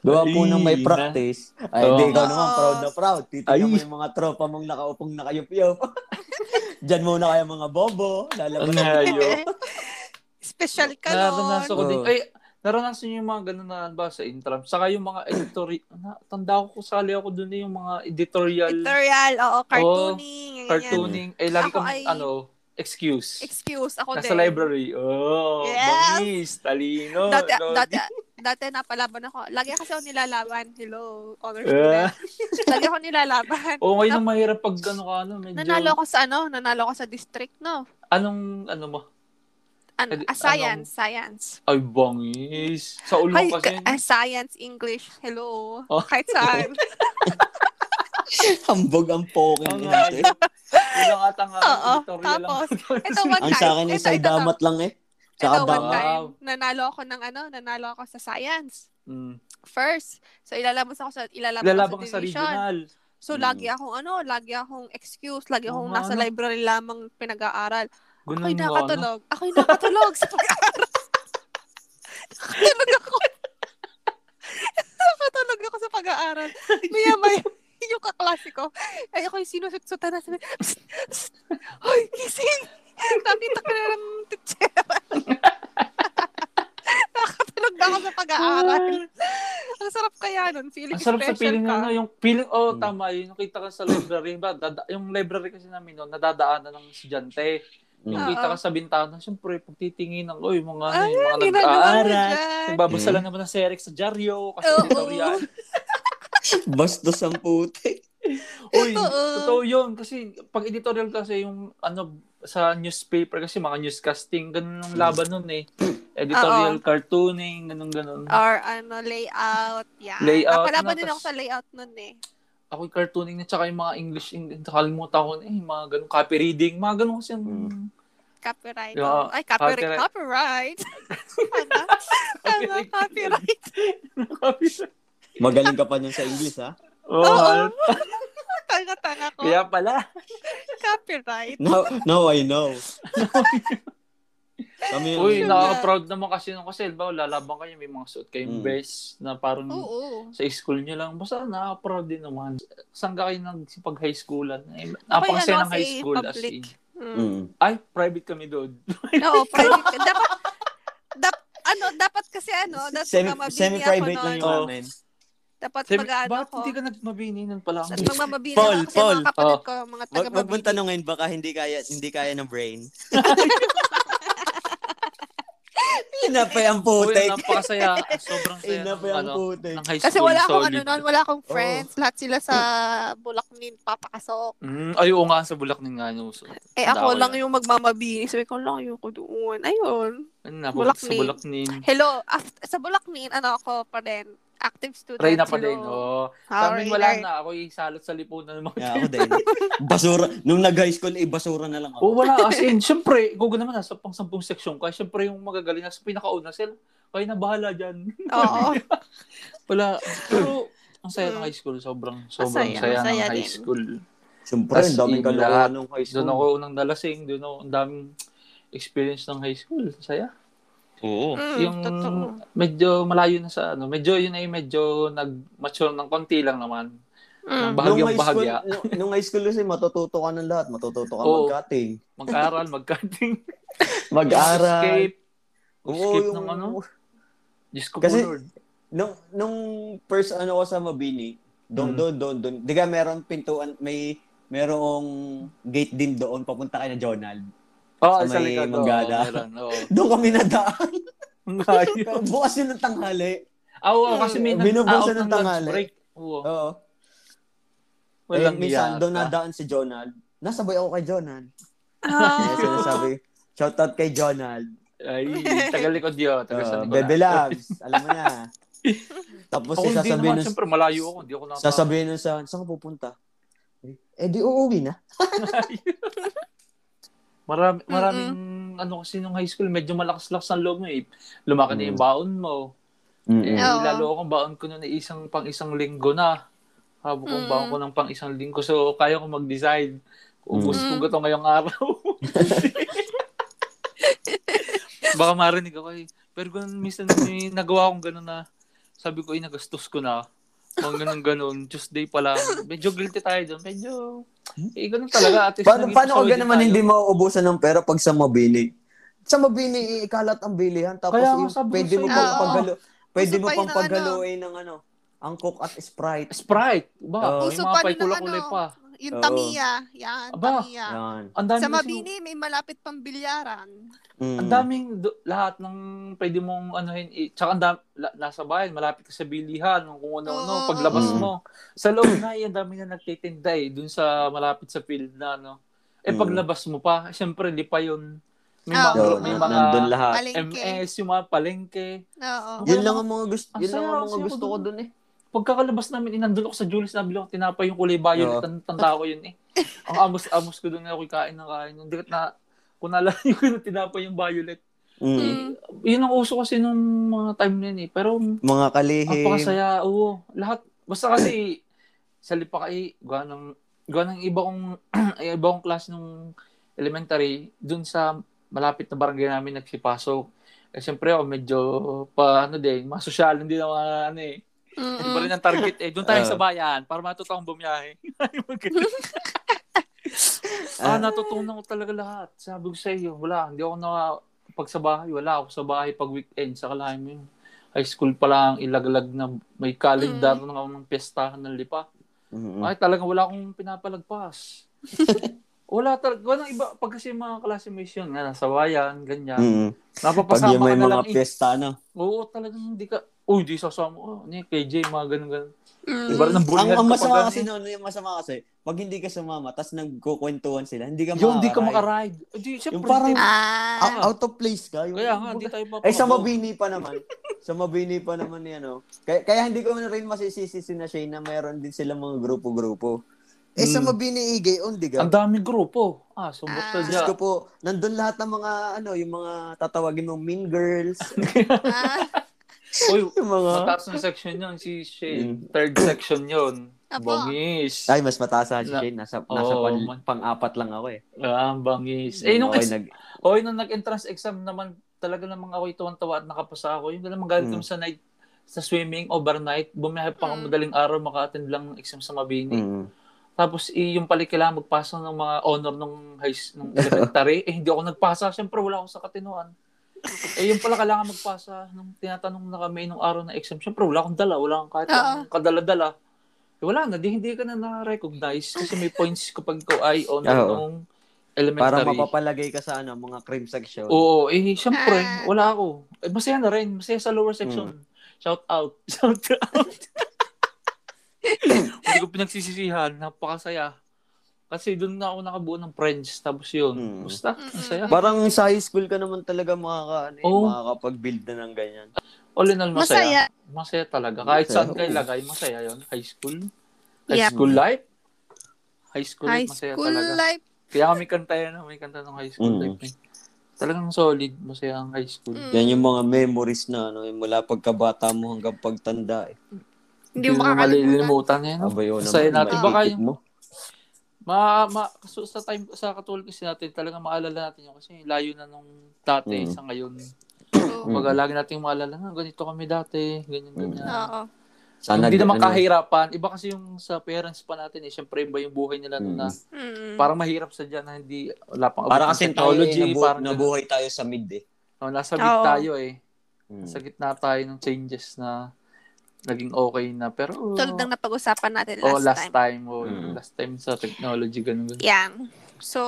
Speaker 2: Gawa po ng may
Speaker 3: Ay,
Speaker 2: practice. Ay, hindi
Speaker 3: Oo.
Speaker 2: ikaw naman, proud na proud. Titignan mo
Speaker 3: Ay.
Speaker 2: yung mga tropa mong nakaupong nakayup-yup. (laughs) Diyan muna kayo mga bobo. Lalabas
Speaker 3: Ang
Speaker 2: na (laughs)
Speaker 3: hayo.
Speaker 1: (laughs) Special ka
Speaker 3: Naranasan
Speaker 1: nun.
Speaker 3: ko din.
Speaker 2: Oo.
Speaker 3: Ay, naranasan niyo yung mga ganun na ano ba sa intram. Saka yung mga (clears throat) editorial. Tanda ko kasali ako dun eh, yung mga editorial,
Speaker 1: Editorial, oo, cartooning. ganyan.
Speaker 3: cartooning. Ay, lagi
Speaker 1: Ako
Speaker 3: kang,
Speaker 1: ay-
Speaker 3: ano, excuse.
Speaker 1: Excuse, ako din.
Speaker 3: Nasa library. Oh,
Speaker 1: Yes!
Speaker 3: bangis, talino.
Speaker 1: Dati,
Speaker 3: lodi.
Speaker 1: dati, dati napalaban ako. Lagi kasi ako nilalaban. Hello, honor
Speaker 3: Ah.
Speaker 1: student. (laughs) Lagi ako nilalaban.
Speaker 3: Oo, ngayon ang mahirap pag ano ka, ano, medyo,
Speaker 1: Nanalo ako sa ano? Nanalo ako sa district, no?
Speaker 3: anong, ano mo?
Speaker 1: Ano,
Speaker 3: Adi-
Speaker 1: ah, science, science.
Speaker 3: Ay, bangis. Sa ulo
Speaker 1: Ay, (laughs)
Speaker 3: kasi.
Speaker 1: ka- ah, science, English, hello.
Speaker 3: Oh.
Speaker 1: Kahit
Speaker 3: (laughs)
Speaker 1: saan.
Speaker 2: Hambog ang poking.
Speaker 3: Ang
Speaker 2: ito, eh.
Speaker 3: Ilang ata nga
Speaker 1: Oo,
Speaker 3: editorial (laughs)
Speaker 1: tapos,
Speaker 3: lang.
Speaker 1: Ito one
Speaker 2: Ang
Speaker 1: time.
Speaker 2: sa akin ay
Speaker 1: ito, ito, ito.
Speaker 2: damat lang eh.
Speaker 1: Ito,
Speaker 2: Tsaka
Speaker 1: one
Speaker 3: damat.
Speaker 2: damat.
Speaker 1: time.
Speaker 3: Wow.
Speaker 1: Nanalo ako ng ano? Nanalo ako sa science.
Speaker 3: Mm.
Speaker 1: First. So, ilalabas ako sa, ilalaban
Speaker 3: Lalaban
Speaker 1: ako
Speaker 3: ka
Speaker 1: sa
Speaker 3: sa
Speaker 1: division.
Speaker 3: regional. Hmm.
Speaker 1: So,
Speaker 2: Mm.
Speaker 1: lagi akong ano, lagi akong excuse, lagi
Speaker 3: Oo
Speaker 1: akong
Speaker 3: nga,
Speaker 1: nasa
Speaker 3: ano?
Speaker 1: library lamang pinag-aaral.
Speaker 3: Ganun
Speaker 1: Ako'y
Speaker 3: nga, ano?
Speaker 1: nakatulog. Ako'y nakatulog (laughs) sa pag-aaral. nakatulog ako. nakatulog ako sa pag-aaral. Maya maya (laughs) yung kaklase ko. Ay, ako'y sinusutsutan na sabi, "Psst, psst, Hoy, gising! Nakita ka na ng teacher. (laughs) nakatulog na ako sa pag-aaral. Ang sarap kaya nun. Feeling
Speaker 3: Ang sarap sa
Speaker 1: special
Speaker 3: feeling
Speaker 1: ka.
Speaker 3: na, ano, yung feeling, oh,
Speaker 2: Mm.
Speaker 3: tama, yun, nakita ka sa library, ba, dada, yung library kasi namin, no, nadadaanan ng estudyante. Yung
Speaker 1: Mm.
Speaker 3: kita
Speaker 1: Oo.
Speaker 3: ka sa bintana, syempre, pagtitingin ng, oy, mga, ano,
Speaker 1: Ay,
Speaker 3: yung mga
Speaker 1: ginagawa mo
Speaker 3: nag-aaral,
Speaker 1: dyan.
Speaker 3: nagbabasa lang naman ng Serex sa dyaryo, kasi
Speaker 1: Oo.
Speaker 3: editorial.
Speaker 2: Bastos ang puti.
Speaker 3: Uy,
Speaker 1: Totoo.
Speaker 3: totoo yun. Kasi pag editorial kasi yung ano sa newspaper kasi mga newscasting, ganun ang laban nun eh. Editorial, cartooning, ganun ganun.
Speaker 1: Or ano, layout. Yeah.
Speaker 3: Layout
Speaker 1: Nakalaban
Speaker 3: na,
Speaker 1: din ako
Speaker 3: tas-
Speaker 1: sa layout nun eh.
Speaker 3: Ako yung cartooning na tsaka yung mga English, English nakalimutan ko na eh, mga ganun, copy reading, mga ganun kasi yung...
Speaker 2: Mm.
Speaker 1: Copyright.
Speaker 3: Yeah.
Speaker 1: Oh, Ay, copyright.
Speaker 3: Copyright.
Speaker 1: Copyright. Ano? Ano?
Speaker 3: Copyright.
Speaker 1: Copyright. (laughs)
Speaker 2: Magaling ka pa niyan sa English ha.
Speaker 3: Oo,
Speaker 1: Oo.
Speaker 3: ano-
Speaker 1: Tanga-tanga ko.
Speaker 3: kaya pala.
Speaker 1: Copyright.
Speaker 2: Now, now I know. Kami yung-
Speaker 3: Uy,
Speaker 1: Sure.
Speaker 3: nakaka-proud naman kasi nung kasi, ba, lalaban kayo, may mga suot kayong
Speaker 2: Mm.
Speaker 3: vest na parang
Speaker 1: Oo.
Speaker 3: sa school nyo lang. Basta nakaka-proud din naman. Saan ka kayo nagsipag high schoolan?
Speaker 1: Ako
Speaker 3: Eh,
Speaker 1: yung
Speaker 3: Napakasaya
Speaker 1: ano
Speaker 3: ng
Speaker 1: kasi
Speaker 3: high school. As
Speaker 1: public.
Speaker 3: in.
Speaker 1: Mm.
Speaker 2: Mm.
Speaker 3: Ay, private kami doon.
Speaker 1: Oo, private. ka. Dapat, dap, ano, dapat kasi ano, dapat
Speaker 2: Semi,
Speaker 1: magmamabini
Speaker 2: semi-private
Speaker 1: ako
Speaker 2: lang
Speaker 1: nun.
Speaker 2: yung
Speaker 3: Oo.
Speaker 2: amin.
Speaker 1: Dapat
Speaker 3: Sabi,
Speaker 1: mag-ano
Speaker 3: bakit
Speaker 1: ano ko.
Speaker 3: hindi ka nagmabini nun pala?
Speaker 1: Dapat magmamabini
Speaker 2: Paul,
Speaker 1: ako kasi
Speaker 2: Paul.
Speaker 1: mga kapatid
Speaker 3: Oh.
Speaker 1: ko, mga
Speaker 2: Wag, wag mong
Speaker 1: taga-mabini.
Speaker 2: tanongin baka hindi kaya hindi kaya ng brain. Inapay ang
Speaker 3: Uy,
Speaker 2: putik.
Speaker 3: napakasaya. Sobrang saya ng,
Speaker 2: Inapay ang
Speaker 3: ano,
Speaker 2: putik.
Speaker 3: ng high school.
Speaker 1: Kasi wala akong
Speaker 3: solid.
Speaker 1: ano nun, wala akong friends. Lahat sila sa Bulacnin, papakasok.
Speaker 3: Mm, ay, oo nga, sa Bulacning nga. Ano, so,
Speaker 1: Eh ako
Speaker 3: Dawal.
Speaker 1: lang yung magmamabini. Sabi ko lang yung ko doon. Ayun.
Speaker 3: ano, napunta sa
Speaker 1: Bulacning.
Speaker 3: Bulacning.
Speaker 1: Hello, aft- sa Bulacnin, ano ako pa rin. Active student.
Speaker 3: Try na pa
Speaker 1: sino?
Speaker 3: din. oh. Oo.
Speaker 1: Ah,
Speaker 3: Kami wala
Speaker 1: Rainer.
Speaker 3: na. Ako yung salot sa lipunan ng mga
Speaker 2: Yeah, Ah, ako din. Basura. Nung nag-high school, eh, basura na lang ako.
Speaker 3: Oo, Oh, wala.
Speaker 1: (laughs)
Speaker 3: As in, syempre, kung naman nasa pang sampung seksyon ka, syempre yung magagaling nasa pinakauna sila. Kaya na bahala dyan.
Speaker 1: Oo.
Speaker 3: (laughs) Wala. Pero, ang saya ng
Speaker 1: Mm.
Speaker 3: high school. Sobrang, sobrang
Speaker 1: Masaya,
Speaker 3: saya,
Speaker 1: masaya
Speaker 3: ng high
Speaker 1: din.
Speaker 3: school.
Speaker 2: Siyempre,
Speaker 3: As
Speaker 2: ang daming
Speaker 3: in,
Speaker 2: kalokohan
Speaker 3: lahat.
Speaker 2: nung high school.
Speaker 3: Doon ako unang dalasing. Doon ako, ang daming experience ng high school. Saya.
Speaker 4: Oo.
Speaker 1: Mm,
Speaker 3: yung
Speaker 1: totoo.
Speaker 3: medyo malayo na sa ano. Medyo yun ay medyo nag-mature ng konti lang naman.
Speaker 1: Mm.
Speaker 3: Bahagyang
Speaker 2: Nung high school,
Speaker 3: bahagya.
Speaker 2: nung, nung high school kasi matututo ka ng lahat. Matututo ka
Speaker 3: Oo.
Speaker 2: mag-cutting.
Speaker 1: (laughs)
Speaker 3: Mag-aral, mag-cutting,
Speaker 2: Mag-aral.
Speaker 3: escape. Escape ng ano. Diyos ko
Speaker 2: Kasi-
Speaker 3: po, Lord.
Speaker 2: Nung, nung first ano ko sa Mabini, doon,
Speaker 3: Mm.
Speaker 2: doon, doon, doon. Di ka meron pintuan, may merong gate din doon, papunta kayo na Jonald. (laughs)
Speaker 3: Oo,
Speaker 2: Sa
Speaker 3: sa
Speaker 2: may
Speaker 3: likod. Ah, oo,
Speaker 2: Manggala.
Speaker 3: meron, Oo.
Speaker 2: (laughs) Doon kami nadaan.
Speaker 3: Ang layo.
Speaker 2: Pero (laughs) bukas yun ng tanghali.
Speaker 3: Ah, Oo, kasi may nag-
Speaker 2: Binubusan ng Eh,
Speaker 3: out lunch
Speaker 2: tangali.
Speaker 3: break. Oo.
Speaker 2: Oo.
Speaker 3: Walang
Speaker 2: eh, minsan,
Speaker 3: yata.
Speaker 2: doon nadaan si Jonald. Nasabay ako kay Jonald.
Speaker 1: Ah.
Speaker 2: Kaya sinasabi, shoutout kay Jonald.
Speaker 3: (laughs) Ay, tagalikod yun. Taga San
Speaker 2: Uh,
Speaker 3: Nicolas.
Speaker 2: Bebe Labs, alam
Speaker 3: (laughs)
Speaker 2: mo na. Tapos
Speaker 3: Ako hindi
Speaker 2: sasabihin
Speaker 3: naman,
Speaker 2: nun,
Speaker 3: siyempre malayo ako. Hindi ako nakaka...
Speaker 2: sasabihin nun sa, saan ka pupunta? Eh, di uuwi na.
Speaker 3: Marami, maraming, ano kasi nung high school, medyo malakas-lakas ang loob mo eh. Lumaki na
Speaker 2: Mm.
Speaker 3: yung baon mo. Eh,
Speaker 1: Oo.
Speaker 3: lalo akong baon ko noon isang pang isang linggo na. Habo ko
Speaker 1: Mm.
Speaker 3: baon ko ng pang isang linggo. So, kaya ko mag-decide. Ubus
Speaker 1: Mm.
Speaker 3: ko ko to ngayong
Speaker 1: (laughs)
Speaker 3: araw. Baka marinig ako eh. Pero kung minsan may nagawa akong gano'n na sabi ko, eh, nagastos ko na. Mga ganun ganun. Tuesday pa lang. Medyo guilty tayo doon. Medyo, eh, ganun talaga. At least
Speaker 2: Paano,
Speaker 3: naging
Speaker 2: paano ka
Speaker 3: solid
Speaker 2: naman
Speaker 3: tayo.
Speaker 2: hindi mauubusan ng pera pag sa mabini? Sa mabini, ikakalat ang bilihan. Tapos
Speaker 3: Kaya nga
Speaker 2: yung,
Speaker 3: sabi ko ah,
Speaker 2: pwede mo
Speaker 1: sa'yo.
Speaker 2: pang
Speaker 1: Oo.
Speaker 2: paggalo. Pwede
Speaker 1: Gusto
Speaker 2: mo
Speaker 1: pa
Speaker 2: pang
Speaker 1: yun ng ano.
Speaker 2: paggaloin ng ano, angkok at sprite.
Speaker 3: Sprite. Ba,
Speaker 2: Oo.
Speaker 3: may
Speaker 1: Uso
Speaker 3: mga
Speaker 1: pa
Speaker 3: pay
Speaker 1: nun ang
Speaker 3: kulay
Speaker 1: ano,
Speaker 3: pa.
Speaker 1: Yung
Speaker 2: Oo.
Speaker 1: Tamiya. Yan,
Speaker 3: Aba.
Speaker 1: Tamiya.
Speaker 2: Yan.
Speaker 3: Ang dami
Speaker 1: Sa
Speaker 3: kasi-
Speaker 1: Mabini, may malapit pang bilyaran.
Speaker 2: Mm.
Speaker 3: Ang daming do- lahat ng pwede mong anuhin. i- Tsaka ang dam- la- nasa bahay, malapit ka sa bilihan, ng kung ano-ano,
Speaker 1: Oo,
Speaker 3: paglabas
Speaker 2: oo.
Speaker 3: mo. Sa loob na, yan, dami na nagtitinda eh, dun sa malapit sa field na, ano. Eh,
Speaker 2: Mm.
Speaker 3: paglabas mo pa, syempre, di pa yun. May
Speaker 1: Oo,
Speaker 3: mga,
Speaker 2: Ah, Yun,
Speaker 1: oo.
Speaker 3: may
Speaker 2: nan-
Speaker 3: mga
Speaker 2: nandun
Speaker 3: Ah,
Speaker 2: lahat.
Speaker 1: Palengke.
Speaker 3: MS, yung mga palengke.
Speaker 1: Oo.
Speaker 3: Ang-
Speaker 2: Yun lang ang mga gusto,
Speaker 3: Ang
Speaker 2: yun lang
Speaker 3: saya,
Speaker 2: ang
Speaker 3: ang
Speaker 2: mga
Speaker 3: saya ko
Speaker 2: gusto ko
Speaker 3: dun.
Speaker 2: dun eh.
Speaker 3: Pagkakalabas namin, inandun ako sa Julius, nabili ako, tinapay yung kulay violet,
Speaker 2: Oo.
Speaker 3: tan- tanda ko yun eh. Ang amos-amos ko doon, ako kain ng kain. Hindi ko na, kung nalayo (laughs) ko na tinapay yung violet.
Speaker 2: Mm.
Speaker 1: Mm.
Speaker 3: Yun ang uso kasi nung mga time na yun eh. Pero
Speaker 2: Mga
Speaker 3: ang
Speaker 2: kalihim.
Speaker 3: pakasaya, oo. Lahat, basta kasi sa Lipakay, gawa ng, gawa ng iba kong, (clears throat) eh, iba kong class nung elementary, dun sa malapit na barangay namin nagsipasok. Eh, siyempre ako medyo pa ano din, masosyal, hindi na mga ano eh.
Speaker 1: Mm,
Speaker 3: Hindi pa rin ang target eh. Doon tayo
Speaker 2: Ah.
Speaker 3: sa bayan para matuto akong bumiyahe. (laughs)
Speaker 2: Ah. eh,
Speaker 3: ah, natutunan ko talaga lahat. Sabi ko sa iyo, wala. Hindi ako na pag sa bahay, wala ako sa bahay pag weekend. Sa kalahin mo yun. High school pa lang, ilaglag na may calendar na ako ng piyestahan ng lipa.
Speaker 2: Mm.
Speaker 3: Ay, talaga wala akong
Speaker 2: (laughs)
Speaker 3: pinapalagpas. wala talaga. Walang iba. Pag kasi mga classmates yun, nga, nasa bayan, ganyan.
Speaker 2: Mm. Pag
Speaker 3: Napapasama
Speaker 2: yung may
Speaker 3: ka na
Speaker 2: mga
Speaker 3: lang. eh.
Speaker 2: piyesta, ano.
Speaker 3: Oo, talagang hindi ka, uy, di sasama ko. Ano yun, KJ, mga ganun-ganun.
Speaker 1: Mm.
Speaker 3: Iba rin ang
Speaker 2: Ang,
Speaker 3: bulingan
Speaker 2: ang
Speaker 3: kapag
Speaker 2: masama
Speaker 3: ganun.
Speaker 2: kasi noon, yung masama kasi, pag hindi ka sumama, tas nagkukwentuhan sila, hindi ka
Speaker 3: Yung di ka
Speaker 2: makakaray.
Speaker 3: makaride. Di,
Speaker 2: Yung
Speaker 3: syempre,
Speaker 2: parang-
Speaker 3: di-
Speaker 1: Ah.
Speaker 2: Out- out of place ka. Yung,
Speaker 3: Kaya nga, di tayo pa.
Speaker 2: Ay, sa mabini pa naman. sa mabini pa naman yan, oh. Kaya, kaya hindi ko na rin masisisi si na Shane na mayroon din sila mga grupo-grupo. Eh, sa
Speaker 3: Hmm.
Speaker 2: mabini igay, on, di ka?
Speaker 3: Ang daming grupo. Ah, sumbok
Speaker 1: Ah.
Speaker 3: sa
Speaker 2: Diyos
Speaker 3: dyan.
Speaker 2: ko po, nandun lahat ng mga, ano, yung mga tatawagin mong mean girls,
Speaker 1: Ah.
Speaker 3: Uy,
Speaker 2: (laughs) yung mga...
Speaker 3: mataas na section yun. Si
Speaker 2: Mm.
Speaker 3: Shane. Third section yun.
Speaker 1: Apo.
Speaker 3: Bangis.
Speaker 2: Ay, mas mataas ah, si
Speaker 3: Na-
Speaker 2: Shane. Nasa, nasa
Speaker 3: Oo,
Speaker 2: pan-
Speaker 3: man.
Speaker 2: pang-apat lang ako eh.
Speaker 3: Ah, bangis. Eh, nung,
Speaker 2: Mm, Okay,
Speaker 3: ex-
Speaker 2: nag,
Speaker 3: oy, nung nag-entrance exam naman, talaga namang ako tuwan-tawa at nakapasa ako. Yung naman galing
Speaker 2: Mm.
Speaker 3: kami sa night, sa swimming, overnight, bumiyahe pa ako
Speaker 1: Mm.
Speaker 3: madaling araw, maka-attend lang ng exam sa Mabini.
Speaker 2: mm.
Speaker 3: Tapos eh, yung pala kailangan magpasa ng mga honor nung high s- nung elementary, eh hindi ako nagpasa. Siyempre wala akong sa katinuan. Eh yung pala kailangan magpasa nung tinatanong na kami nung araw ng exam. Siyempre wala akong dala, wala akong kahit
Speaker 1: Oo.
Speaker 3: anong kadala-dala. Eh, wala na, di, hindi ka na na-recognize kasi may points kapag ko ay honor
Speaker 2: Oo.
Speaker 3: nung
Speaker 2: Para
Speaker 3: elementary.
Speaker 2: mapapalagay ka sa ano, mga cream section.
Speaker 3: Oo, eh
Speaker 1: Ah.
Speaker 3: siyempre,
Speaker 1: Hmm.
Speaker 3: wala ako. Eh, masaya na rin, masaya sa lower section. Shout out, (laughs) shout
Speaker 1: (laughs)
Speaker 3: out. hindi ko pinagsisisihan, napakasaya. Kasi doon na ako nakabuo ng friends. Tapos yun.
Speaker 1: Hmm.
Speaker 2: Mm.
Speaker 3: Basta,
Speaker 1: Mm-mm.
Speaker 3: ang saya.
Speaker 2: Parang sa high school ka naman talaga makaka, ano, eh,
Speaker 3: Oo.
Speaker 2: makakapag-build na ng ganyan.
Speaker 3: All in all, masaya.
Speaker 1: Masaya.
Speaker 3: Masaya, talaga. Kahit
Speaker 2: Masaya.
Speaker 3: saan kayo lagay, masaya yun. High school. High
Speaker 1: Yep.
Speaker 3: school life. High school
Speaker 1: High
Speaker 3: life, masaya
Speaker 1: school
Speaker 3: talaga.
Speaker 1: life. Hmm.
Speaker 3: Kaya kami kanta yan. May kanta ng high school
Speaker 2: Mm.
Speaker 3: life. eh. Talagang solid. Masaya ang high school.
Speaker 1: Mm.
Speaker 2: Yan yung mga memories na ano, eh, mula pagkabata mo hanggang pagtanda. Eh.
Speaker 1: Hindi mo makakalimutan.
Speaker 3: malilimutan yan. no?
Speaker 2: Aba yun naman,
Speaker 3: Masaya Ah, natin. Baka
Speaker 2: maipipit
Speaker 3: yung-
Speaker 2: mo.
Speaker 3: Ma, ma, kaso sa time sa katulad kasi natin talaga maalala natin yun kasi layo na nung dati
Speaker 2: Mm.
Speaker 3: sa ngayon.
Speaker 1: Oo.
Speaker 3: Kumbaga lagi nating maalala na ganito kami dati, ganyan
Speaker 2: Mm.
Speaker 3: ganyan.
Speaker 1: Oo.
Speaker 2: Sana
Speaker 3: hindi naman
Speaker 2: ano,
Speaker 3: kahirapan. Iba kasi yung sa parents pa natin eh. Siyempre iba yung buhay nila noon
Speaker 2: Mm.
Speaker 3: na
Speaker 1: Mm.
Speaker 3: parang mahirap sa dyan na hindi wala pang
Speaker 2: Para
Speaker 3: abot ng
Speaker 2: kasi tayo eh, nabu-
Speaker 3: parang ganun.
Speaker 2: nabuhay tayo sa mid eh.
Speaker 3: Oh, nasa bit
Speaker 1: Oo.
Speaker 3: tayo eh.
Speaker 2: Mm.
Speaker 3: Sa gitna tayo ng changes na naging okay na. Pero oh,
Speaker 1: Tulad ng napag-usapan natin last,
Speaker 3: oh, last
Speaker 1: time.
Speaker 3: time. oh,
Speaker 2: Mm.
Speaker 3: Last time sa technology, ganun. ganun.
Speaker 1: Yan. So,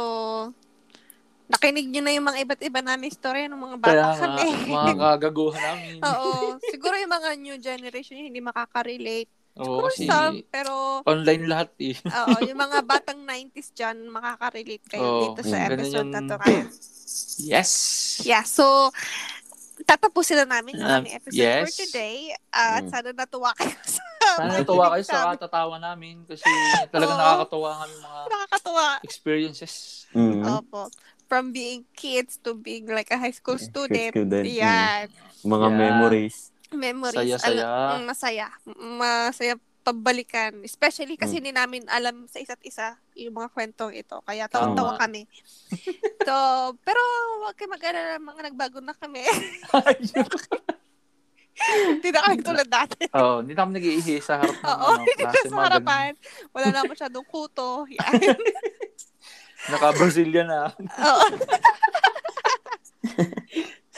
Speaker 1: nakinig nyo na yung mga iba't iba namin story ng mga bata
Speaker 3: Kaya nga,
Speaker 1: kami. (laughs)
Speaker 3: mga kagaguhan namin.
Speaker 1: Oo. Siguro yung mga new generation yung hindi makaka-relate.
Speaker 3: Oo,
Speaker 1: Siguro
Speaker 3: kasi
Speaker 1: some, pero
Speaker 3: online lahat eh.
Speaker 1: oo, yung mga batang 90s dyan, makaka-relate kayo
Speaker 3: Oo,
Speaker 1: dito sa
Speaker 2: mm,
Speaker 3: ganun
Speaker 1: episode na
Speaker 3: yung-
Speaker 1: to kayo.
Speaker 3: (laughs) Yes!
Speaker 1: Yeah, so tatapusin na namin yung
Speaker 3: Um,
Speaker 1: aming episode
Speaker 3: yes.
Speaker 1: for today. At
Speaker 2: Mm.
Speaker 1: sana natuwa kayo (laughs) sa
Speaker 3: Sana
Speaker 1: mga
Speaker 3: natuwa kayo
Speaker 1: pinag-
Speaker 3: sa katatawa namin kasi talaga
Speaker 1: Oo.
Speaker 3: nakakatawa ang aming mga
Speaker 1: Nakakatuwa. (laughs)
Speaker 3: experiences.
Speaker 2: Mm.
Speaker 1: Opo. From being kids to being like a high school student.
Speaker 2: Student, mm.
Speaker 1: Yeah.
Speaker 2: Mga
Speaker 3: Yeah.
Speaker 2: memories.
Speaker 1: Memories.
Speaker 3: Saya-saya.
Speaker 1: Ala- mm, masaya. Masaya pabalikan. Especially
Speaker 3: Hmm.
Speaker 1: kasi hindi namin alam sa isa't isa yung mga kwentong ito. Kaya tawa-tawa
Speaker 3: Tama.
Speaker 1: kami. (laughs) so, pero huwag kayo mag-alala mga nagbago na kami. (laughs) hindi na kami tulad dati.
Speaker 3: Oo, hindi namin nag-iihi sa harap ng
Speaker 1: Oo,
Speaker 3: ano,
Speaker 1: hindi
Speaker 3: klase.
Speaker 1: na
Speaker 3: mga
Speaker 1: sa harapan. Wala na masyadong kuto. Yan. (laughs)
Speaker 3: ganun. Naka-Brazilian na.
Speaker 1: Oo.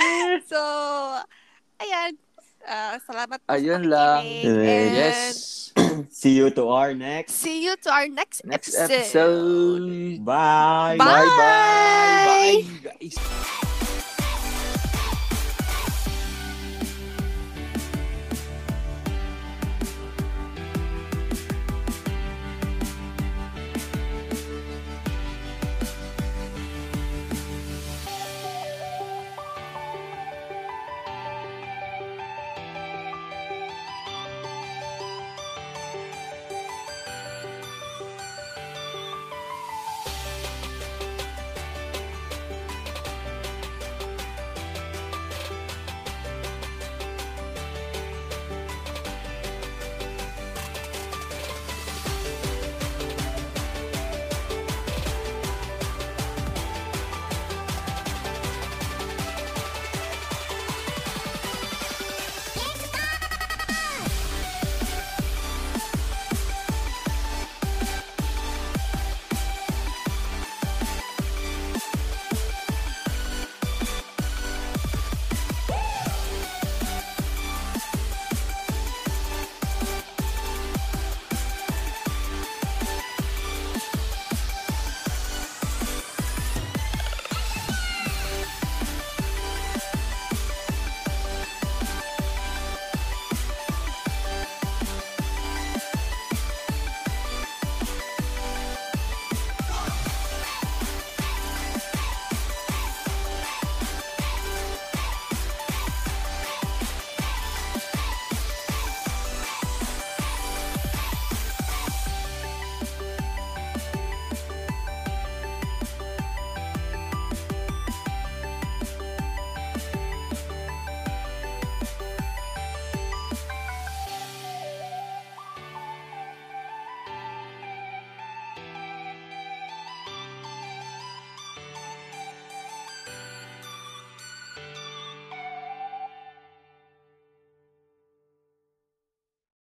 Speaker 1: (laughs) so, ayan. Ah, salamat po sa
Speaker 3: Ayun lang.
Speaker 1: pakikinig. And
Speaker 2: Yes.
Speaker 3: Yes!
Speaker 2: See you to our next.
Speaker 1: See you to our next,
Speaker 3: Next episode!
Speaker 1: Bye.
Speaker 2: Bye!
Speaker 3: Bye-bye! Bye, guys!